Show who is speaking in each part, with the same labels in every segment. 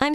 Speaker 1: I'm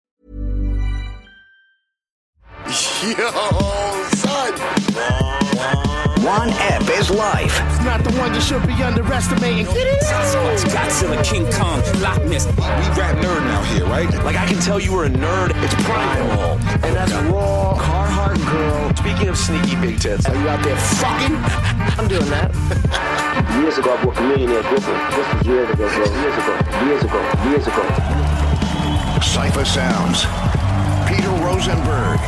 Speaker 2: Yo, son.
Speaker 3: One app is life.
Speaker 4: It's not the one you should be underestimating.
Speaker 5: Sasquatch, Godzilla, King Kong, Loch Ness.
Speaker 2: We rap nerd now here, right?
Speaker 6: Like I can tell you were a nerd.
Speaker 2: It's primal.
Speaker 6: And that's raw Carhartt girl. Speaking of sneaky big tits,
Speaker 4: Are you out there fucking? I'm doing that.
Speaker 7: Years ago, I broke a millionaire Brooklyn. This was years ago, bro. Years ago. Years ago. Years ago.
Speaker 3: Cypher Sounds. Peter Rosenberg.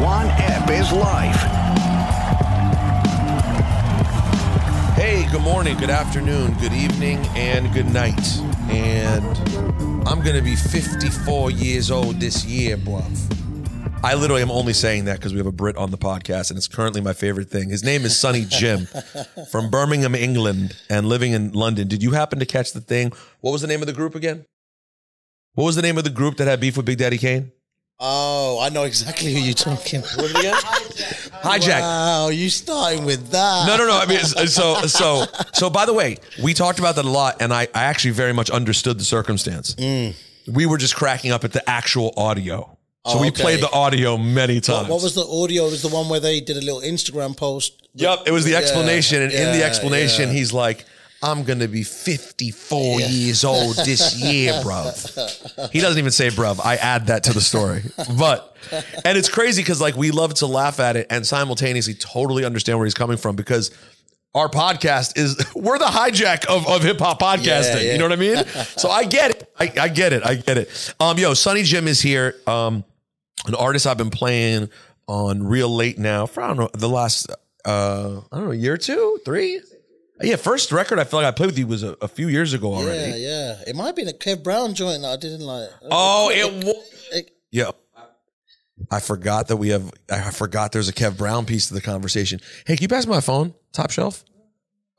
Speaker 3: One app is life.
Speaker 2: Hey, good morning, good afternoon, good evening, and good night. And I'm going to be 54 years old this year, bruv. I literally am only saying that because we have a Brit on the podcast, and it's currently my favorite thing. His name is Sonny Jim from Birmingham, England, and living in London. Did you happen to catch the thing? What was the name of the group again? What was the name of the group that had beef with Big Daddy Kane?
Speaker 8: Oh, I know exactly who you're talking about.
Speaker 2: Hijack.
Speaker 8: Wow, you starting with that?
Speaker 2: No, no, no. I mean, it's- so, so, so. By the way, we talked about that a lot, and I, I actually very much understood the circumstance.
Speaker 8: Mm.
Speaker 2: We were just cracking up at the actual audio, so
Speaker 8: Oh,
Speaker 2: we
Speaker 8: okay.
Speaker 2: played the audio many times.
Speaker 8: What, what was the audio? It was the one where they did a little Instagram post.
Speaker 2: Yep, it was the
Speaker 8: Yeah,
Speaker 2: explanation, and in the
Speaker 8: yeah,
Speaker 2: explanation,
Speaker 8: yeah.
Speaker 2: he's like. I'm gonna be 54 years old this year, bruv. He doesn't even say bruv. I add that to the story. But and it's crazy because like we love to laugh at it and simultaneously totally understand where he's coming from because our podcast is we're the hijack of, of hip hop podcasting. You know what I mean? so I get it. I, I get it. I get it. Um, yo, Sonny Jim is here. Um, an artist I've been playing on real late now for I don't know the last uh I don't know year or two three. Yeah, first record I feel like I played with you was a, a few years ago already.
Speaker 8: Yeah, yeah. It might have been a Kev Brown joint that I didn't like. uh,
Speaker 2: Oh, it. wa-
Speaker 8: it-
Speaker 2: Yeah. I forgot that we have. I forgot there's a Kev Brown piece to the conversation. Hey, can you pass me my phone? Top shelf.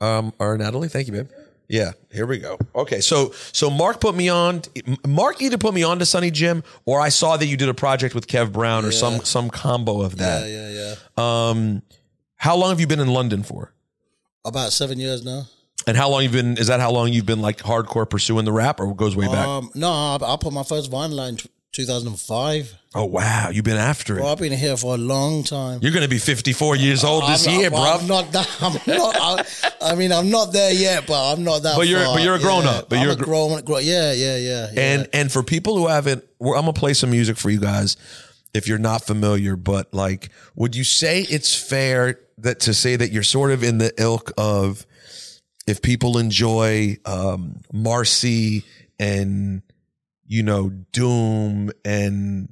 Speaker 2: Um, or Natalie, thank you, babe. Yeah, here we go. Okay, so so Mark put me on. Mark either put me on to Sunny Jim, or I saw that you did a project with Kev Brown, or some some combo of that.
Speaker 8: Yeah, yeah.
Speaker 2: Um, how long have you been in London for?
Speaker 8: About seven years now.
Speaker 2: And how long you've been? Is that how long you've been like hardcore pursuing the rap, or goes way back?
Speaker 8: Um, no, I, I put my first Vine line t- 2005.
Speaker 2: Oh wow, you've been after it.
Speaker 8: Bro, I've been here for a long time.
Speaker 2: You're gonna be 54 years old this
Speaker 8: I'm not-
Speaker 2: year, bro.
Speaker 8: I'm not that. I'm not. I, I mean, I'm not there yet, but I'm not that.
Speaker 2: But you're-
Speaker 8: far.
Speaker 2: but you're a grown-up, but
Speaker 8: I'm
Speaker 2: you're a
Speaker 8: a
Speaker 2: gr-
Speaker 8: grown. grown yeah, yeah, yeah, yeah.
Speaker 2: And and for people who haven't, well, I'm gonna play some music for you guys if you're not familiar. But like, would you say it's fair that to say that you're sort of in the ilk of if people enjoy um, Marcy and you know Doom and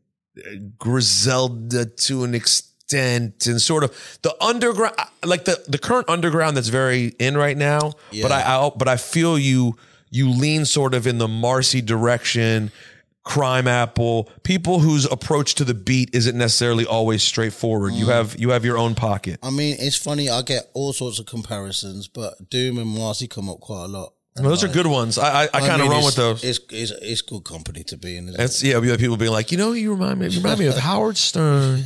Speaker 2: Griselda to an extent and sort of the underground like the the current underground that's very in right now but I, I but I feel you you lean sort of in the Marcy direction crime apple people whose approach to the beat isn't necessarily always straightforward
Speaker 8: Mm.
Speaker 2: you have you have your own pocket
Speaker 8: I mean, it's funny. I get all sorts of comparisons, but Doom and Marcy come up quite a lot.
Speaker 2: those are good ones I I, I kind of
Speaker 8: mean,
Speaker 2: run
Speaker 8: it's-
Speaker 2: with those
Speaker 8: It's, it's it's good company to be in. Isn't
Speaker 2: That's yeah. We have people being like, you know, you remind me, you remind me of Howard Stern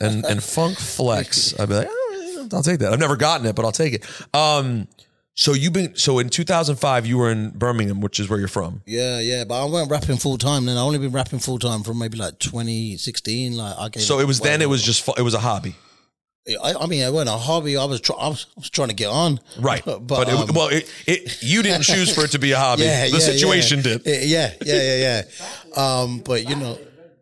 Speaker 2: and and Funk Flex. I'd be like, "Oh, I'll take that. I've never gotten it, but I'll take it. Um, so you've been so in 2005, you were in Birmingham, which is where you're from.
Speaker 8: it? Yeah, yeah. But I weren't rapping full time then. I only been rapping full time from maybe like 2016. Like I gave
Speaker 2: So it was
Speaker 8: way
Speaker 2: then. It was just fu- it was a hobby,
Speaker 8: up. I, I mean, it wasn't a hobby. I was try, I was, I was trying to get on.
Speaker 2: right? But,
Speaker 8: But, but
Speaker 2: it,
Speaker 8: um,
Speaker 2: well, it, it you didn't choose for it to be a hobby.
Speaker 8: yeah,
Speaker 2: the
Speaker 8: yeah,
Speaker 2: situation
Speaker 8: yeah.
Speaker 2: did.
Speaker 8: Yeah, yeah, yeah, yeah. yeah. um, but you know,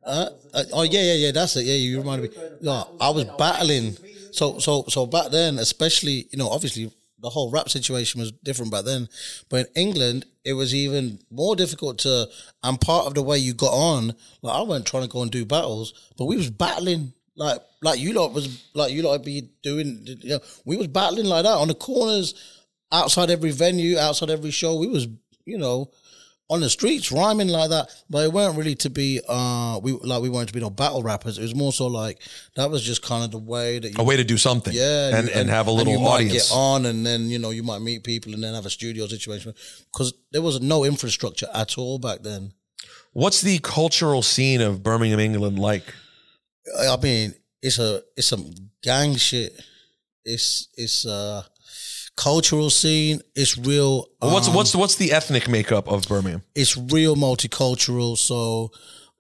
Speaker 8: uh, uh, oh yeah, yeah, yeah. That's it. Yeah, you reminded me. No, I was battling. So, so, so back then, especially, you know, obviously the whole rap situation was different back then. But in England, it was even more difficult to. And part of the way you got on, like I wasn't trying to go and do battles, but we was battling. Like, like you lot was like you lot be doing. You know, we was battling like that on the corners, outside every venue, outside every show. We was, you know, on the streets rhyming like that, but it weren't really to be uh we like we weren't to be no battle rappers. It was more so like that was just kind of the way that you
Speaker 2: a way to do something.
Speaker 8: yeah,
Speaker 2: Oh, and,
Speaker 8: you-
Speaker 2: and, have a little
Speaker 8: you might
Speaker 2: audience.
Speaker 8: get on, and then you know you might meet people, and then have a studio situation because there was no infrastructure at all back then.
Speaker 2: What's the cultural scene of Birmingham, England like?
Speaker 8: I I mean, it's a it's some gang shit. It's it's a cultural scene. It's real.
Speaker 2: Well, what's
Speaker 8: um,
Speaker 2: what's what's the ethnic makeup of Birmingham?
Speaker 8: it's real multicultural. So,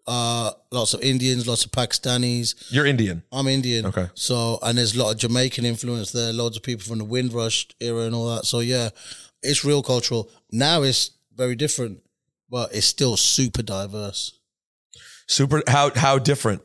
Speaker 8: uh, lots of Indians, lots of Pakistanis.
Speaker 2: You're Indian.
Speaker 8: I'm Indian.
Speaker 2: Okay.
Speaker 8: So, and there's a lot of Jamaican influence there, loads of people from the Windrush era and all that. So, yeah, it's real cultural. Now it's very different, but it's still super diverse.
Speaker 2: Super. How how different?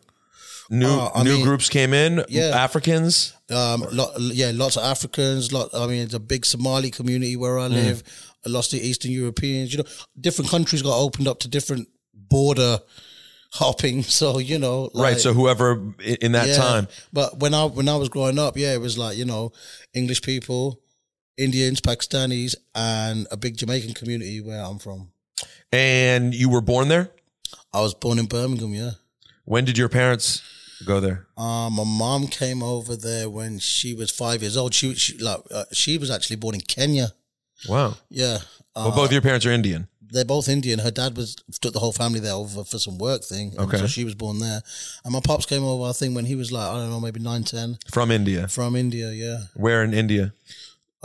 Speaker 2: New
Speaker 8: Uh, I
Speaker 2: new
Speaker 8: mean-
Speaker 2: groups came in.
Speaker 8: Yeah.
Speaker 2: Africans.
Speaker 8: Um, lot, yeah, lots of Africans. Lot, I mean, it's a big Somali community where
Speaker 2: Mm.
Speaker 8: I live. Lots of Eastern Europeans. You know, different countries got opened up to different border hopping. So you know,
Speaker 2: Right.
Speaker 8: like-
Speaker 2: So whoever i- in that
Speaker 8: Yeah,
Speaker 2: time,
Speaker 8: But when I when I was growing up, yeah, it was like you know, English people, Indians, Pakistanis, and a big Jamaican community where I'm from.
Speaker 2: and you were born there.
Speaker 8: I was born in Birmingham. Yeah,
Speaker 2: When did your parents go there?
Speaker 8: uh, my mom came over there when she was five years old. She, she like uh, she was actually born in Kenya.
Speaker 2: Wow.
Speaker 8: Yeah, uh,
Speaker 2: well, both your parents are Indian.
Speaker 8: they're both Indian. Her dad was took the whole family there over for some work thing. and
Speaker 2: Okay.
Speaker 8: so she was born there, and my pops came over. I think when he was like I don't know, maybe nine, ten,
Speaker 2: From India.
Speaker 8: from India. Yeah,
Speaker 2: Where in India?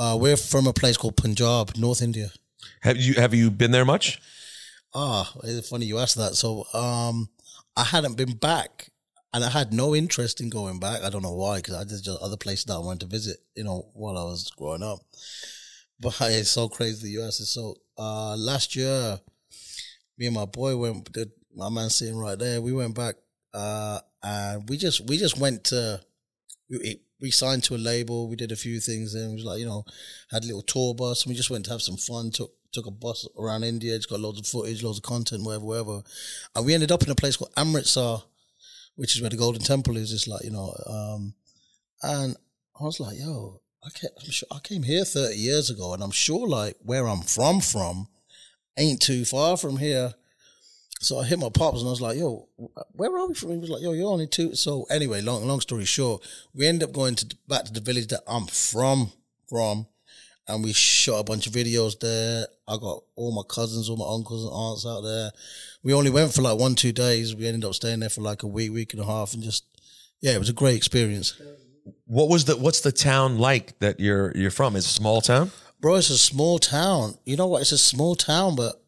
Speaker 8: uh, we're from a place called Punjab, North India.
Speaker 2: Have you have you been there much?
Speaker 8: Ah, it's funny you asked that. So, um, I hadn't been back, and I had no interest in going back. I don't know why, because I did just other places that I wanted to visit. You know, while I was growing up. But it's so crazy that you asked. it. So, uh, last year, me and my boy went. the- My man sitting right there. We went back, uh, and we just we just went to. We, it- we signed to a label. We did a few things, and it was like you know, had a little tour bus, and we just went to have some fun. Took took a bus around India. Just got loads of footage, loads of content, whatever, whatever. And we ended up in a place called Amritsar, which is where the Golden Temple is. It's like you know, um, and I was like, yo, I came, I'm sure, I came here thirty years ago, and I'm sure like where I'm from from ain't too far from here. So I hit my pops and I was like, yo, where are we from? He was like, yo, you're only two. So anyway, long long story short, we end up going to back to the village that I'm from, from, and we shot a bunch of videos there. I got all my cousins, all my uncles and aunts out there. We only went for like one, two days. We ended up staying there for like a week, week and a half, and just yeah, it was a great experience.
Speaker 2: What was the what's the town like that you're you're from? Is it a small town?
Speaker 8: bro, it's a small town. You know what? It's a small town, but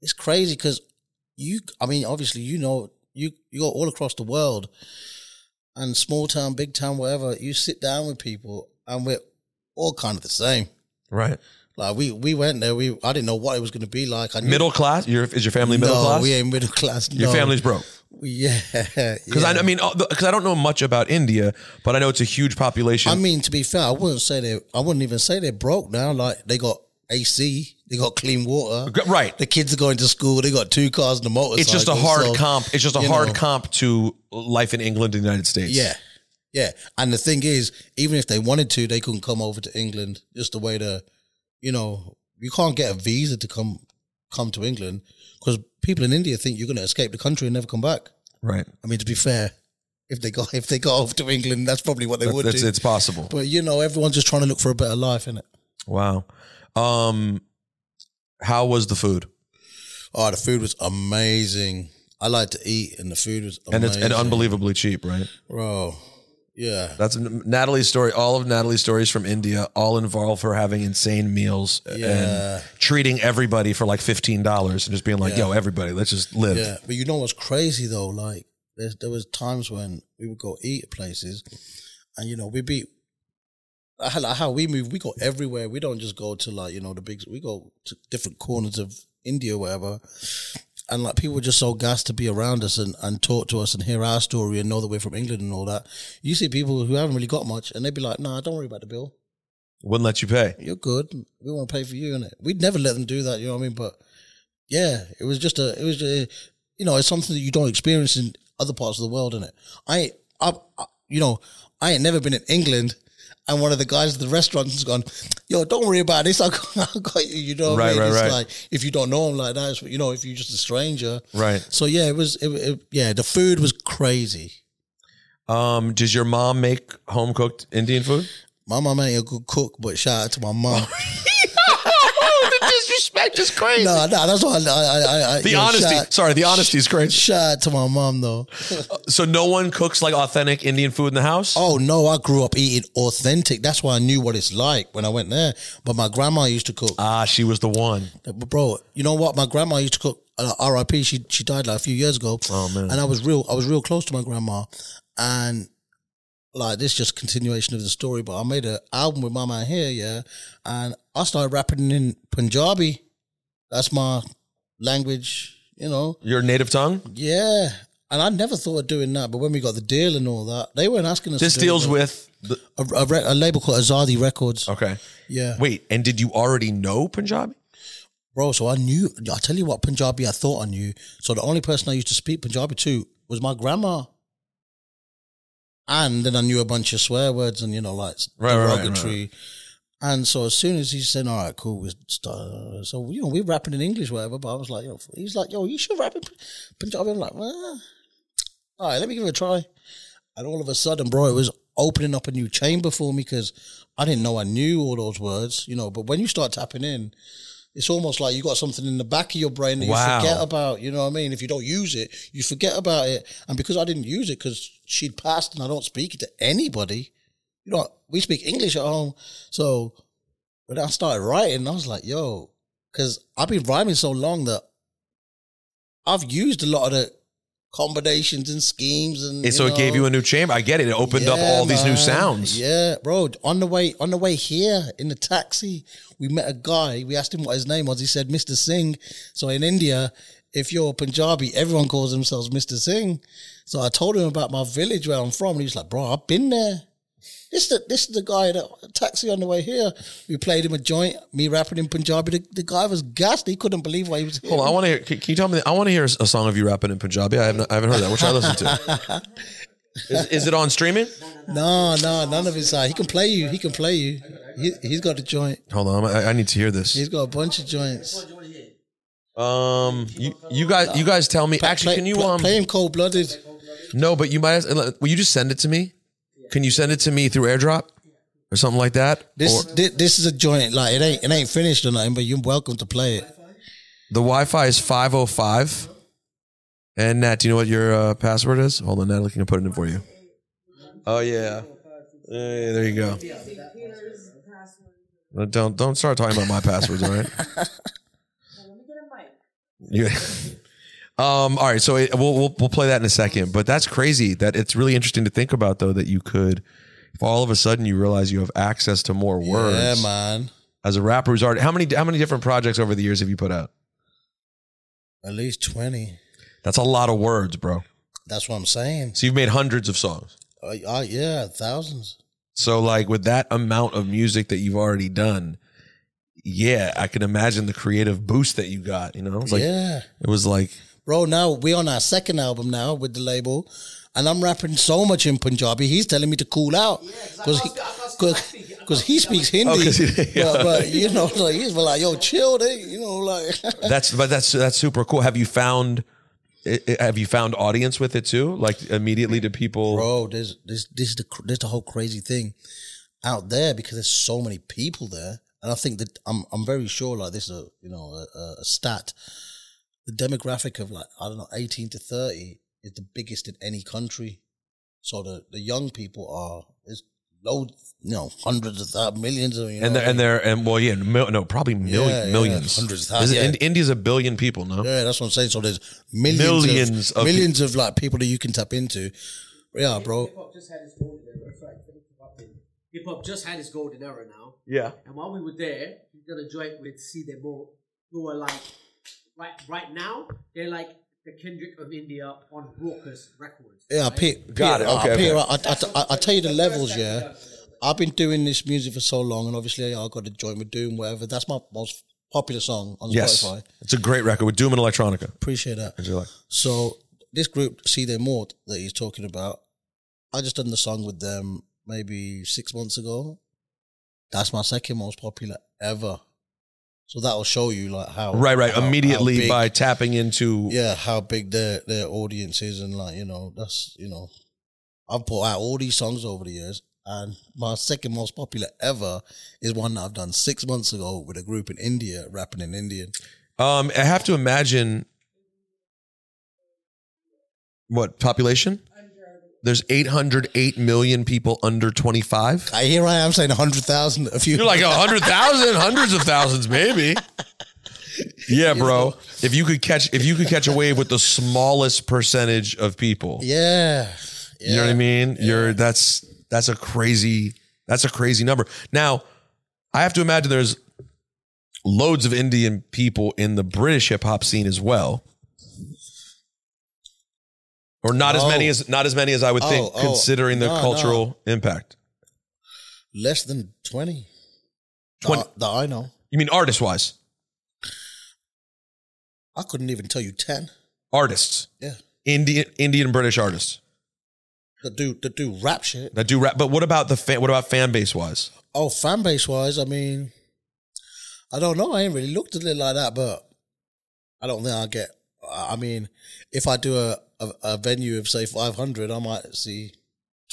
Speaker 8: it's crazy because you. I mean, obviously, you know, you you go all across the world, and small town, big town, whatever. You sit down with people, and we're all kind of the same.
Speaker 2: Right.
Speaker 8: Like we we went there. We I didn't know what it was going to be like. I knew-
Speaker 2: Middle class. Your is your family middle
Speaker 8: no,
Speaker 2: class?
Speaker 8: we ain't middle class.
Speaker 2: Your
Speaker 8: no.
Speaker 2: family's broke.
Speaker 8: yeah.
Speaker 2: Because
Speaker 8: yeah.
Speaker 2: I, I mean, because I don't know much about India, but I know it's a huge population.
Speaker 8: I mean, to be fair, I wouldn't say they. I wouldn't even say they're broke now. Like they got AC, they got clean water,
Speaker 2: G- right.
Speaker 8: The kids are going to school. They got two cars and a motorcycle.
Speaker 2: it's just a hard
Speaker 8: so,
Speaker 2: comp. It's just a
Speaker 8: you
Speaker 2: hard
Speaker 8: know,
Speaker 2: comp to life in England and the United States.
Speaker 8: Yeah, yeah. And the thing is, even if they wanted to, they couldn't come over to England. Just the way the, you know, you can't get a visa to come come to England because people in India think you're going to escape the country and never come back.
Speaker 2: Right.
Speaker 8: I mean, to be fair, if they got if they got over to England, that's probably what they would
Speaker 2: That's,
Speaker 8: do.
Speaker 2: it's possible.
Speaker 8: but you know, everyone's just trying to look for a better life, innit?
Speaker 2: Wow. Um, how was the food?
Speaker 8: Oh, the food was amazing. I like to eat, and the food was
Speaker 2: And
Speaker 8: amazing.
Speaker 2: it's and unbelievably cheap, right?
Speaker 8: bro. Yeah,
Speaker 2: That's Natalie's story. All of Natalie's stories from India all involve her having insane meals
Speaker 8: Yeah.
Speaker 2: and treating everybody for like fifteen dollars and just being like, "Yo, everybody, let's just live."
Speaker 8: yeah. But you know what's crazy though? Like there's, there was times when we would go eat at places, and you know we'd be I- like how we move. We go everywhere. We don't just go to like you know the big. We go to different corners of India, or whatever. And like people were just so gassed to be around us and, and talk to us and hear our story and know that we're from England and all that. You see people who haven't really got much and they'd be like, nah, don't worry about the bill.
Speaker 2: Wouldn't let you pay.
Speaker 8: you're good. We want to pay for you, and we'd never let them do that. You know what I mean? But yeah, it was just a, it was, a, you know, it's something that you don't experience in other parts of the world, innit? I, I, I, you know, I ain't never been in England, and one of the guys at the restaurant's gone, yo, don't worry about this. I got, I got you. You know what I
Speaker 2: Right,
Speaker 8: mean?
Speaker 2: right,
Speaker 8: It's
Speaker 2: right.
Speaker 8: like, if you don't know him like that, it's, you know, if you're just a stranger.
Speaker 2: Right.
Speaker 8: So yeah, it was, it, it- yeah, the food was crazy.
Speaker 2: Um, does your mom make home cooked Indian food?
Speaker 8: My mum ain't a good cook, but shout out to my mum.
Speaker 2: the disrespect is crazy.
Speaker 8: no, no, that's what I, I, I, I
Speaker 2: the
Speaker 8: yo,
Speaker 2: honesty.
Speaker 8: Shout,
Speaker 2: sorry, the honesty is crazy.
Speaker 8: shout out to my mum though.
Speaker 2: So no one cooks like authentic Indian food in the house.
Speaker 8: Oh no, I grew up eating authentic. That's why I knew what it's like when I went there. But my grandma used to cook.
Speaker 2: Ah, she was the one.
Speaker 8: But bro, you know what? My grandma used to cook. Uh, R.I.P. She she died like a few years ago.
Speaker 2: Oh, man.
Speaker 8: And I was real. I was real close to my grandma, and like this is just continuation of the story. But I made an album with my man here, yeah, and I started rapping in Punjabi. That's my language, you know.
Speaker 2: Your native tongue.
Speaker 8: Yeah. And I never thought of doing that, but when we got the deal and all that, they weren't asking us.
Speaker 2: This
Speaker 8: to do
Speaker 2: deals
Speaker 8: it.
Speaker 2: with. The,
Speaker 8: a, a, re- a label called Azadi Records.
Speaker 2: okay.
Speaker 8: Yeah,
Speaker 2: Wait, and did you already know Punjabi?
Speaker 8: bro. So I knew. I tell you what, Punjabi. I thought I knew. So the only person I used to speak Punjabi to was my grandma. And then I knew a bunch of swear words and you know like
Speaker 2: Right, right, right,
Speaker 8: derogatory. And so as soon as he said, "All right, cool," we start. So you know we're rapping in English, whatever. But I was like, yo, he's like, yo, you should rap in P- Punjabi. I'm like, well, all right, let me give it a try. And all of a sudden, bro, it was opening up a new chamber for me because I didn't know I knew all those words, you know. But when you start tapping in, it's almost like you got something in the back of your brain that
Speaker 2: Wow.
Speaker 8: you forget about. You know what I mean? If you don't use it, you forget about it. And because I didn't use it, because she'd passed and I don't speak it to anybody, you know, we speak English at home. So when I started writing, I was like, yo, because I've been rhyming so long that I've used a lot of the combinations and schemes and.
Speaker 2: And so it gave
Speaker 8: know,
Speaker 2: you a new chamber. I get it. It opened up
Speaker 8: yeah,
Speaker 2: all these new
Speaker 8: man.
Speaker 2: sounds.
Speaker 8: Yeah, bro. On the way, on the way here in the taxi, we met a guy. We asked him what his name was. He said Mr. Singh. So in India, if you're Punjabi, everyone calls themselves Mr. Singh. So I told him about my village where I'm from, and he's like, "Bro, I've been there." This the this is the guy that taxi on the way here. We played him a joint. Me rapping in Punjabi. The, the guy was gassed. He couldn't believe what he was.
Speaker 2: Hold on, I want to hear. Can, can you tell me? I want to hear a song of you rapping in Punjabi. I haven't, I haven't heard that. What should I listen to? Is, is it on streaming?
Speaker 8: No, no, none of his side. He can play you. He can play you. He, he's got a joint.
Speaker 2: Hold on, I, I need to hear this.
Speaker 8: He's got a bunch of joints.
Speaker 2: Um, you, you guys, you guys, tell me. Actually,
Speaker 8: Play-
Speaker 2: can you
Speaker 8: play,
Speaker 2: um?
Speaker 8: play him cold blooded?
Speaker 2: No, but you might. Will you just send it to me? Can you send it to me through AirDrop or something like that?
Speaker 8: This,
Speaker 2: Or-
Speaker 8: this this is a joint. Like it ain't it ain't finished or nothing, but you're welcome to play it.
Speaker 2: the Wi-Fi is five oh five. And Nat, do you know what your uh, password is? Hold on, Natalie can put it in for you. Oh yeah, Hey, there you go. No, Don't don't start talking about my passwords, all right? You, um, all right, so it, we'll, we'll we'll play that in a second. But that's crazy. That it's really interesting to think about, though, that you could, if all of a sudden you realize you have access to more words.
Speaker 8: Yeah, man.
Speaker 2: As a rapper who's already, how many how many different projects over the years have you put out?
Speaker 8: At least twenty.
Speaker 2: That's a lot of words, bro.
Speaker 8: That's what I'm saying.
Speaker 2: So you've made hundreds of songs.
Speaker 8: I, I, yeah, thousands.
Speaker 2: So like with that amount of music that you've already done, yeah, I can imagine the creative boost that you got. You know, it was like
Speaker 8: yeah,
Speaker 2: it was like
Speaker 8: bro. Now we're on our second album now with the label, and I'm rapping so much in Punjabi. He's telling me to cool out because because he speaks Hindi.
Speaker 2: Oh, 'cause he-
Speaker 8: but, but you know, like, he's like, yo, chill, dude. You know, like.
Speaker 2: that's but that's that's super cool. Have you found? i- i- Have you found audience with it too? Like immediately to people.
Speaker 8: bro. There's this this is the cr- this the whole crazy thing out there because there's so many people there, and I think that I'm I'm very sure like this is a you know a- a, a stat. The demographic of like I don't know 18 to 30 is the biggest in any country. So the the young people are there's loads you know hundreds of thousands, millions of you know
Speaker 2: And they're, and they're and well yeah mil, no probably million,
Speaker 8: Yeah, yeah,
Speaker 2: millions
Speaker 8: hundreds of thousands,
Speaker 2: Is it-
Speaker 8: yeah.
Speaker 2: Ind- India's a billion people no
Speaker 8: Yeah, that's what I'm saying. So there's millions,
Speaker 2: Millions
Speaker 8: of,
Speaker 2: of
Speaker 8: millions of like people that you can tap into. Yeah, bro.
Speaker 9: Hip hop just had its golden era. Sorry, let me interrupt you. Hip hop just had its golden era now.
Speaker 2: yeah
Speaker 9: And while we were there, we did a joint with See Them All, who were like, right, right now, they're like the Kendrick of India on Raucous Records.
Speaker 8: Yeah, Pe-
Speaker 2: Got
Speaker 8: Peter,
Speaker 2: it, okay,
Speaker 8: uh, Peter,
Speaker 2: okay.
Speaker 8: I, I, I, I tell you the levels, yeah. I've been doing this music for so long, and obviously I got to join with Doom, whatever. That's my most popular song on
Speaker 2: yes
Speaker 8: Spotify.
Speaker 2: it's a great record with Doom and Electronica
Speaker 8: Appreciate that.
Speaker 2: Would you like-
Speaker 8: So this group, See Them More, that he's talking about, I just done the song with them maybe six months ago. That's my second most popular ever. So that'll show you like how
Speaker 2: Right, right.
Speaker 8: how- how
Speaker 2: Immediately
Speaker 8: big-
Speaker 2: by tapping into
Speaker 8: yeah how big their their audience is and like you know that's you know I've put out all these songs over the years and my second most popular ever is one that I've done six months ago with a group in India rapping in Indian.
Speaker 2: Um, I have to imagine what population? There's 808 million people under 25.
Speaker 8: I here I am saying hundred thousand a few.
Speaker 2: You're like oh. 100,000, hundreds of thousands, maybe. Yeah, bro. If you could catch, if you could catch a wave with the smallest percentage of people,
Speaker 8: Yeah.
Speaker 2: you know what I mean. You're that's that's a crazy that's a crazy number. Now, I have to imagine there's loads of Indian people in the British hip hop scene as well, or not as
Speaker 8: Oh.
Speaker 2: many as not as many as I would
Speaker 8: Oh,
Speaker 2: think,
Speaker 8: oh,
Speaker 2: considering the
Speaker 8: no, no.
Speaker 2: cultural impact.
Speaker 8: Less than twenty.
Speaker 2: 20
Speaker 8: That, that I know.
Speaker 2: You mean artist wise?
Speaker 8: I couldn't even tell you ten.
Speaker 2: Artists,
Speaker 8: Yeah.
Speaker 2: Indian Indian British artists
Speaker 8: That do that do rap shit.
Speaker 2: that do rap. But what about the fan? What about fan base wise?
Speaker 8: Oh, fan base wise, I mean, I don't know. I ain't really looked at it like that, but I don't think I get. I I mean, if I do a, a, a venue of say five hundred, I might see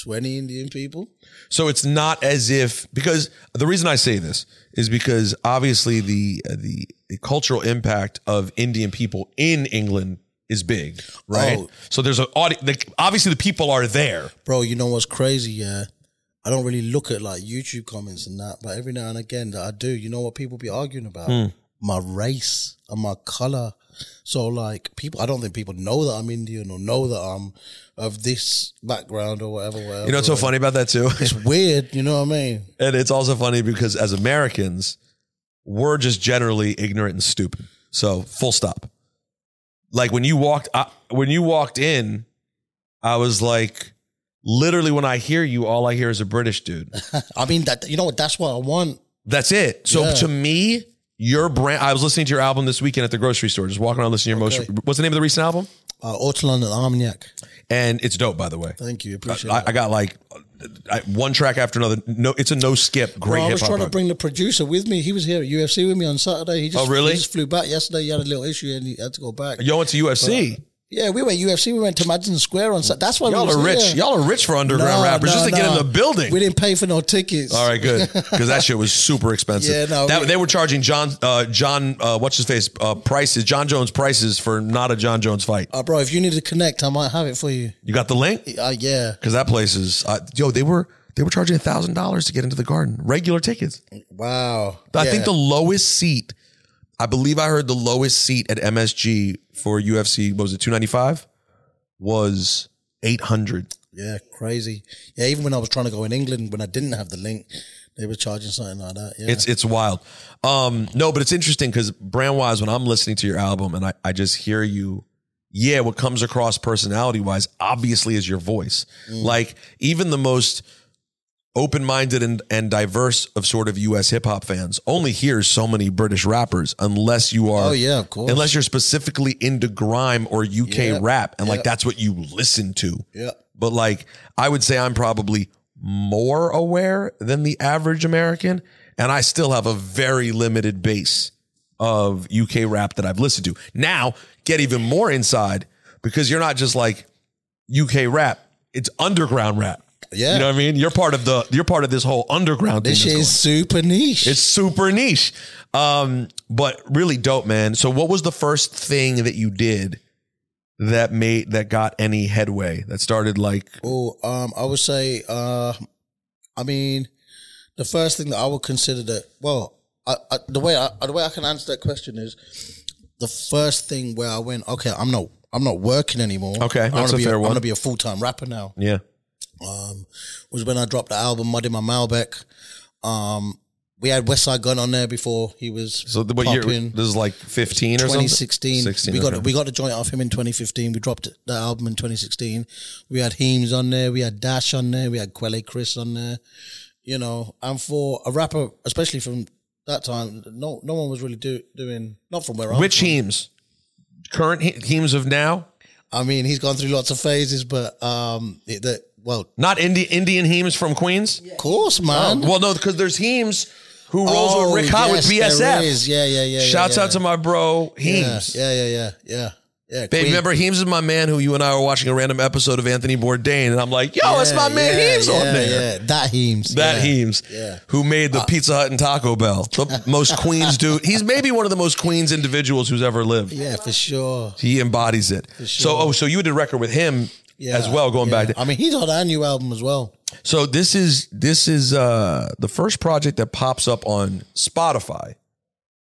Speaker 8: twenty Indian people.
Speaker 2: So it's not as if because the reason I say this is because obviously the uh, the, the cultural impact of Indian people in England is big, right?
Speaker 8: Oh.
Speaker 2: So there's an audi The, obviously, the people are there.
Speaker 8: Bro, you know what's crazy? Yeah, I don't really look at like YouTube comments and that, but every now and again that I do, you know what people be arguing about?
Speaker 2: Hmm.
Speaker 8: My race and my color. So like people, I don't think people know that I'm Indian or know that I'm of this background or whatever. whatever
Speaker 2: You know what's so
Speaker 8: whatever.
Speaker 2: funny about that too?
Speaker 8: It's weird, you know what I mean?
Speaker 2: and it's also funny because as Americans, we're just generally ignorant and stupid. So full stop. Like when you walked, I, when you walked in, I was like, literally, when I hear you, all I hear is a British dude.
Speaker 8: I mean that you know what? That's what I want.
Speaker 2: That's it. So
Speaker 8: Yeah.
Speaker 2: to me, your brand. I was listening to your album this weekend at the grocery store, just walking around listening to your
Speaker 8: Okay.
Speaker 2: most. What's the name of the recent album?
Speaker 8: Uh, Ortolan and Armagnac.
Speaker 2: And it's dope, by the way.
Speaker 8: Thank you, appreciate
Speaker 2: I,
Speaker 8: that.
Speaker 2: I got like I, one track after another. No, it's a no skip. Great
Speaker 8: Bro, I
Speaker 2: hip
Speaker 8: was
Speaker 2: hop.
Speaker 8: trying to bring the producer with me. He was here at UFC with me on Saturday. He just
Speaker 2: Oh, really?
Speaker 8: He just flew back yesterday. He had a little issue and he had to go back.
Speaker 2: Y'all went to UFC.
Speaker 8: Yeah, we went UFC. We went to Madison Square on Saturday. That's why
Speaker 2: Y'all
Speaker 8: we was
Speaker 2: are rich.
Speaker 8: here.
Speaker 2: Y'all are rich for underground
Speaker 8: Nah,
Speaker 2: rappers just
Speaker 8: nah,
Speaker 2: to get in
Speaker 8: nah.
Speaker 2: the building.
Speaker 8: We didn't pay for no tickets.
Speaker 2: All right, good. Because that shit was super expensive.
Speaker 8: Yeah, no,
Speaker 2: That-
Speaker 8: we-
Speaker 2: they were charging John, uh, John, uh, what's his face, uh, prices, John Jones prices for not a John Jones fight.
Speaker 8: Uh, bro, if you need to connect, I might have it for you.
Speaker 2: You got the link?
Speaker 8: Uh, yeah.
Speaker 2: because that place is uh, yo. They were they were charging thousand dollars to get into the garden. Regular tickets.
Speaker 8: Wow.
Speaker 2: I
Speaker 8: Yeah.
Speaker 2: think the lowest seat. I believe I heard the lowest seat at MSG for UFC what was it two ninety five, was eight hundred.
Speaker 8: Yeah, crazy. Yeah, even when I was trying to go in England, when I didn't have the link, they were charging something like that. Yeah.
Speaker 2: It's it's wild. Um, no, but it's interesting because brand wise, when I'm listening to your album and I, I just hear you, yeah, what comes across personality wise, obviously, is your voice.
Speaker 8: Mm.
Speaker 2: Like even the most open minded and, and diverse of sort of US hip hop fans only hears so many British rappers unless you are
Speaker 8: Oh, yeah, of course.
Speaker 2: Unless you're specifically into grime or UK
Speaker 8: Yep.
Speaker 2: rap and like
Speaker 8: Yep.
Speaker 2: that's what you listen to.
Speaker 8: yeah.
Speaker 2: But like, I would say I'm probably more aware than the average American, and I still have a very limited base of UK rap that I've listened to. Now, get even more inside because you're not just like UK rap; it's underground rap.
Speaker 8: Yeah.
Speaker 2: You know what I mean? You're part of the you're part of this whole underground.
Speaker 8: This
Speaker 2: thing
Speaker 8: shit
Speaker 2: that's
Speaker 8: is
Speaker 2: going on.
Speaker 8: super niche.
Speaker 2: It's super niche. Um, but really dope, man. So what was the first thing that you did that made that got any headway? That started like
Speaker 8: Oh, um, I would say, uh, I mean, the first thing that I would consider that, well, I, I, the way I, the way I can answer that question is the first thing where I went, okay, I'm not, I'm not working anymore.
Speaker 2: Okay,
Speaker 8: I'm
Speaker 2: that's
Speaker 8: gonna
Speaker 2: a
Speaker 8: be
Speaker 2: fair
Speaker 8: I'm
Speaker 2: one.
Speaker 8: gonna be a full time rapper now.
Speaker 2: Yeah.
Speaker 8: Um, was when I dropped the album Mud in My Malbec. Um, we had West Side Gun on there before he was
Speaker 2: So the, what year?
Speaker 8: popping.
Speaker 2: This is like 15 or something?
Speaker 8: 2016.
Speaker 2: 16,
Speaker 8: we got
Speaker 2: okay.
Speaker 8: we got the joint off him in 2015. We dropped the album in 2016. We had Heems on there. We had Dash on there. We had Quelle Chris on there. You know, and for a rapper, especially from that time, no no one was really do, doing not from where I'm
Speaker 2: Which
Speaker 8: from.
Speaker 2: teams? Current he- teams of now?
Speaker 8: I mean, he's gone through lots of phases, but um, it, the well,
Speaker 2: Not Indian Indian Heems from Queens? Of
Speaker 8: course, man.
Speaker 2: well, no, because there's Heems who rolls
Speaker 8: Oh,
Speaker 2: with Rick Hot with
Speaker 8: yes, there
Speaker 2: BSF.
Speaker 8: is. Yeah, yeah, yeah, yeah,
Speaker 2: Shouts
Speaker 8: yeah.
Speaker 2: out to my bro Heems.
Speaker 8: Yeah, yeah, yeah, yeah, yeah. yeah
Speaker 2: Babe,
Speaker 8: Queen.
Speaker 2: remember Heems is my man who you and I were watching a random episode of Anthony Bourdain, and I'm like, yo, that's
Speaker 8: Yeah,
Speaker 2: my man
Speaker 8: yeah,
Speaker 2: Heems on
Speaker 8: yeah,
Speaker 2: there.
Speaker 8: Yeah, that Heems.
Speaker 2: That
Speaker 8: yeah.
Speaker 2: Heems,
Speaker 8: Yeah. Uh,
Speaker 2: who made the Pizza Hut and Taco Bell, the most Queens dude. He's maybe one of the most Queens individuals who's ever lived.
Speaker 8: Yeah, for sure.
Speaker 2: He embodies it. So,
Speaker 8: sure.
Speaker 2: oh, so you did a record with him
Speaker 8: Yeah,
Speaker 2: as well, going
Speaker 8: yeah.
Speaker 2: back. To,
Speaker 8: I mean, he's on our new album as well.
Speaker 2: so this is this is uh the first project that pops up on Spotify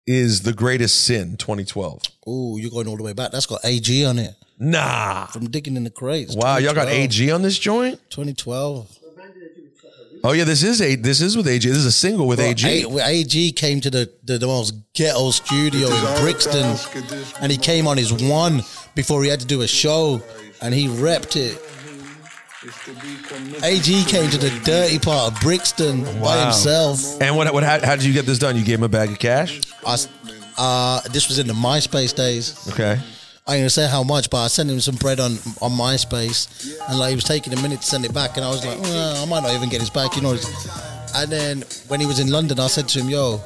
Speaker 2: is the greatest sin 2012.
Speaker 8: Ooh, you're going all the way back. That's got AG on it.
Speaker 2: Nah.
Speaker 8: From digging in the crates.
Speaker 2: Wow, y'all got
Speaker 8: 2012.
Speaker 2: AG on this joint?
Speaker 8: 2012.
Speaker 2: Oh yeah, this is a this is with AG. This is a single with
Speaker 8: Bro,
Speaker 2: AG.
Speaker 8: A- well, AG came to the, the, the most ghetto studio in Brixton, and he came on his one before he had to do a show, and he repped it. AG came to the dirty part of Brixton by
Speaker 2: Wow.
Speaker 8: himself.
Speaker 2: And what what how, how did you get this done? You gave him a bag of cash?
Speaker 8: I s uh, this was in the MySpace days.
Speaker 2: Okay.
Speaker 8: I ain't gonna say how much, but I sent him some bread on on MySpace, and like he was taking a minute to send it back, and I was like, "Well, I might not even get this back, you know. And then when he was in London, I said to him, "Yo,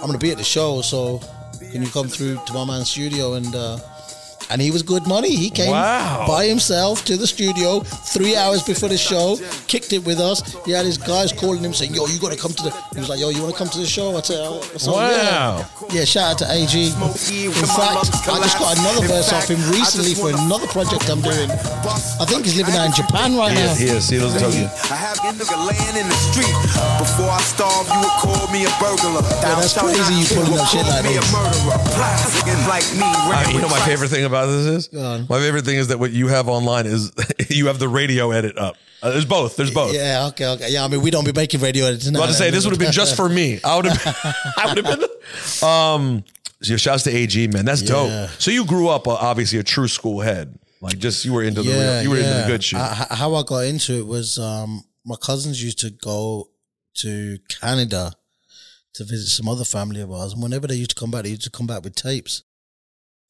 Speaker 8: I'm gonna be at the show, so can you come through to my man's studio?" And uh, and he was good money. He came
Speaker 2: Wow.
Speaker 8: by himself to the studio three hours before the show, kicked it with us. He had his guys calling him saying, "Yo, you gotta come to the." He was like, "Yo, you wanna come to the show?" I said, I said
Speaker 2: Wow.
Speaker 8: Yeah. yeah, shout out to AG. In fact, I just got another verse off him recently for another project I'm doing. I think he's living out in Japan right now.
Speaker 2: Yes, yes, he doesn't tell you.
Speaker 10: I have been nigga laying in the street. Before I starve, you would call me a burglar.
Speaker 8: Yeah, that's crazy you pulling up shit like
Speaker 10: Me a
Speaker 8: this.
Speaker 10: murderer. Niggas like me.
Speaker 2: I, you know my favorite thing about this is
Speaker 8: on.
Speaker 2: my favorite thing is that what you have online is you have the radio edit up. Uh, there's both. There's both.
Speaker 8: Yeah, okay, okay. Yeah, I mean, we don't be making radio edits
Speaker 2: I'm
Speaker 8: now.
Speaker 2: about to say this would have been just for me. I would have. I would have been. Um, so shouts to AG man. That's
Speaker 8: Yeah.
Speaker 2: dope. So you grew up uh, obviously a true school head. Like just you were into the real, you were into the good shit.
Speaker 8: I- Uh, h- how I got into it was um, my cousins used to go to Canada to visit some other family of ours, and whenever they used to come back, they used to come back with tapes.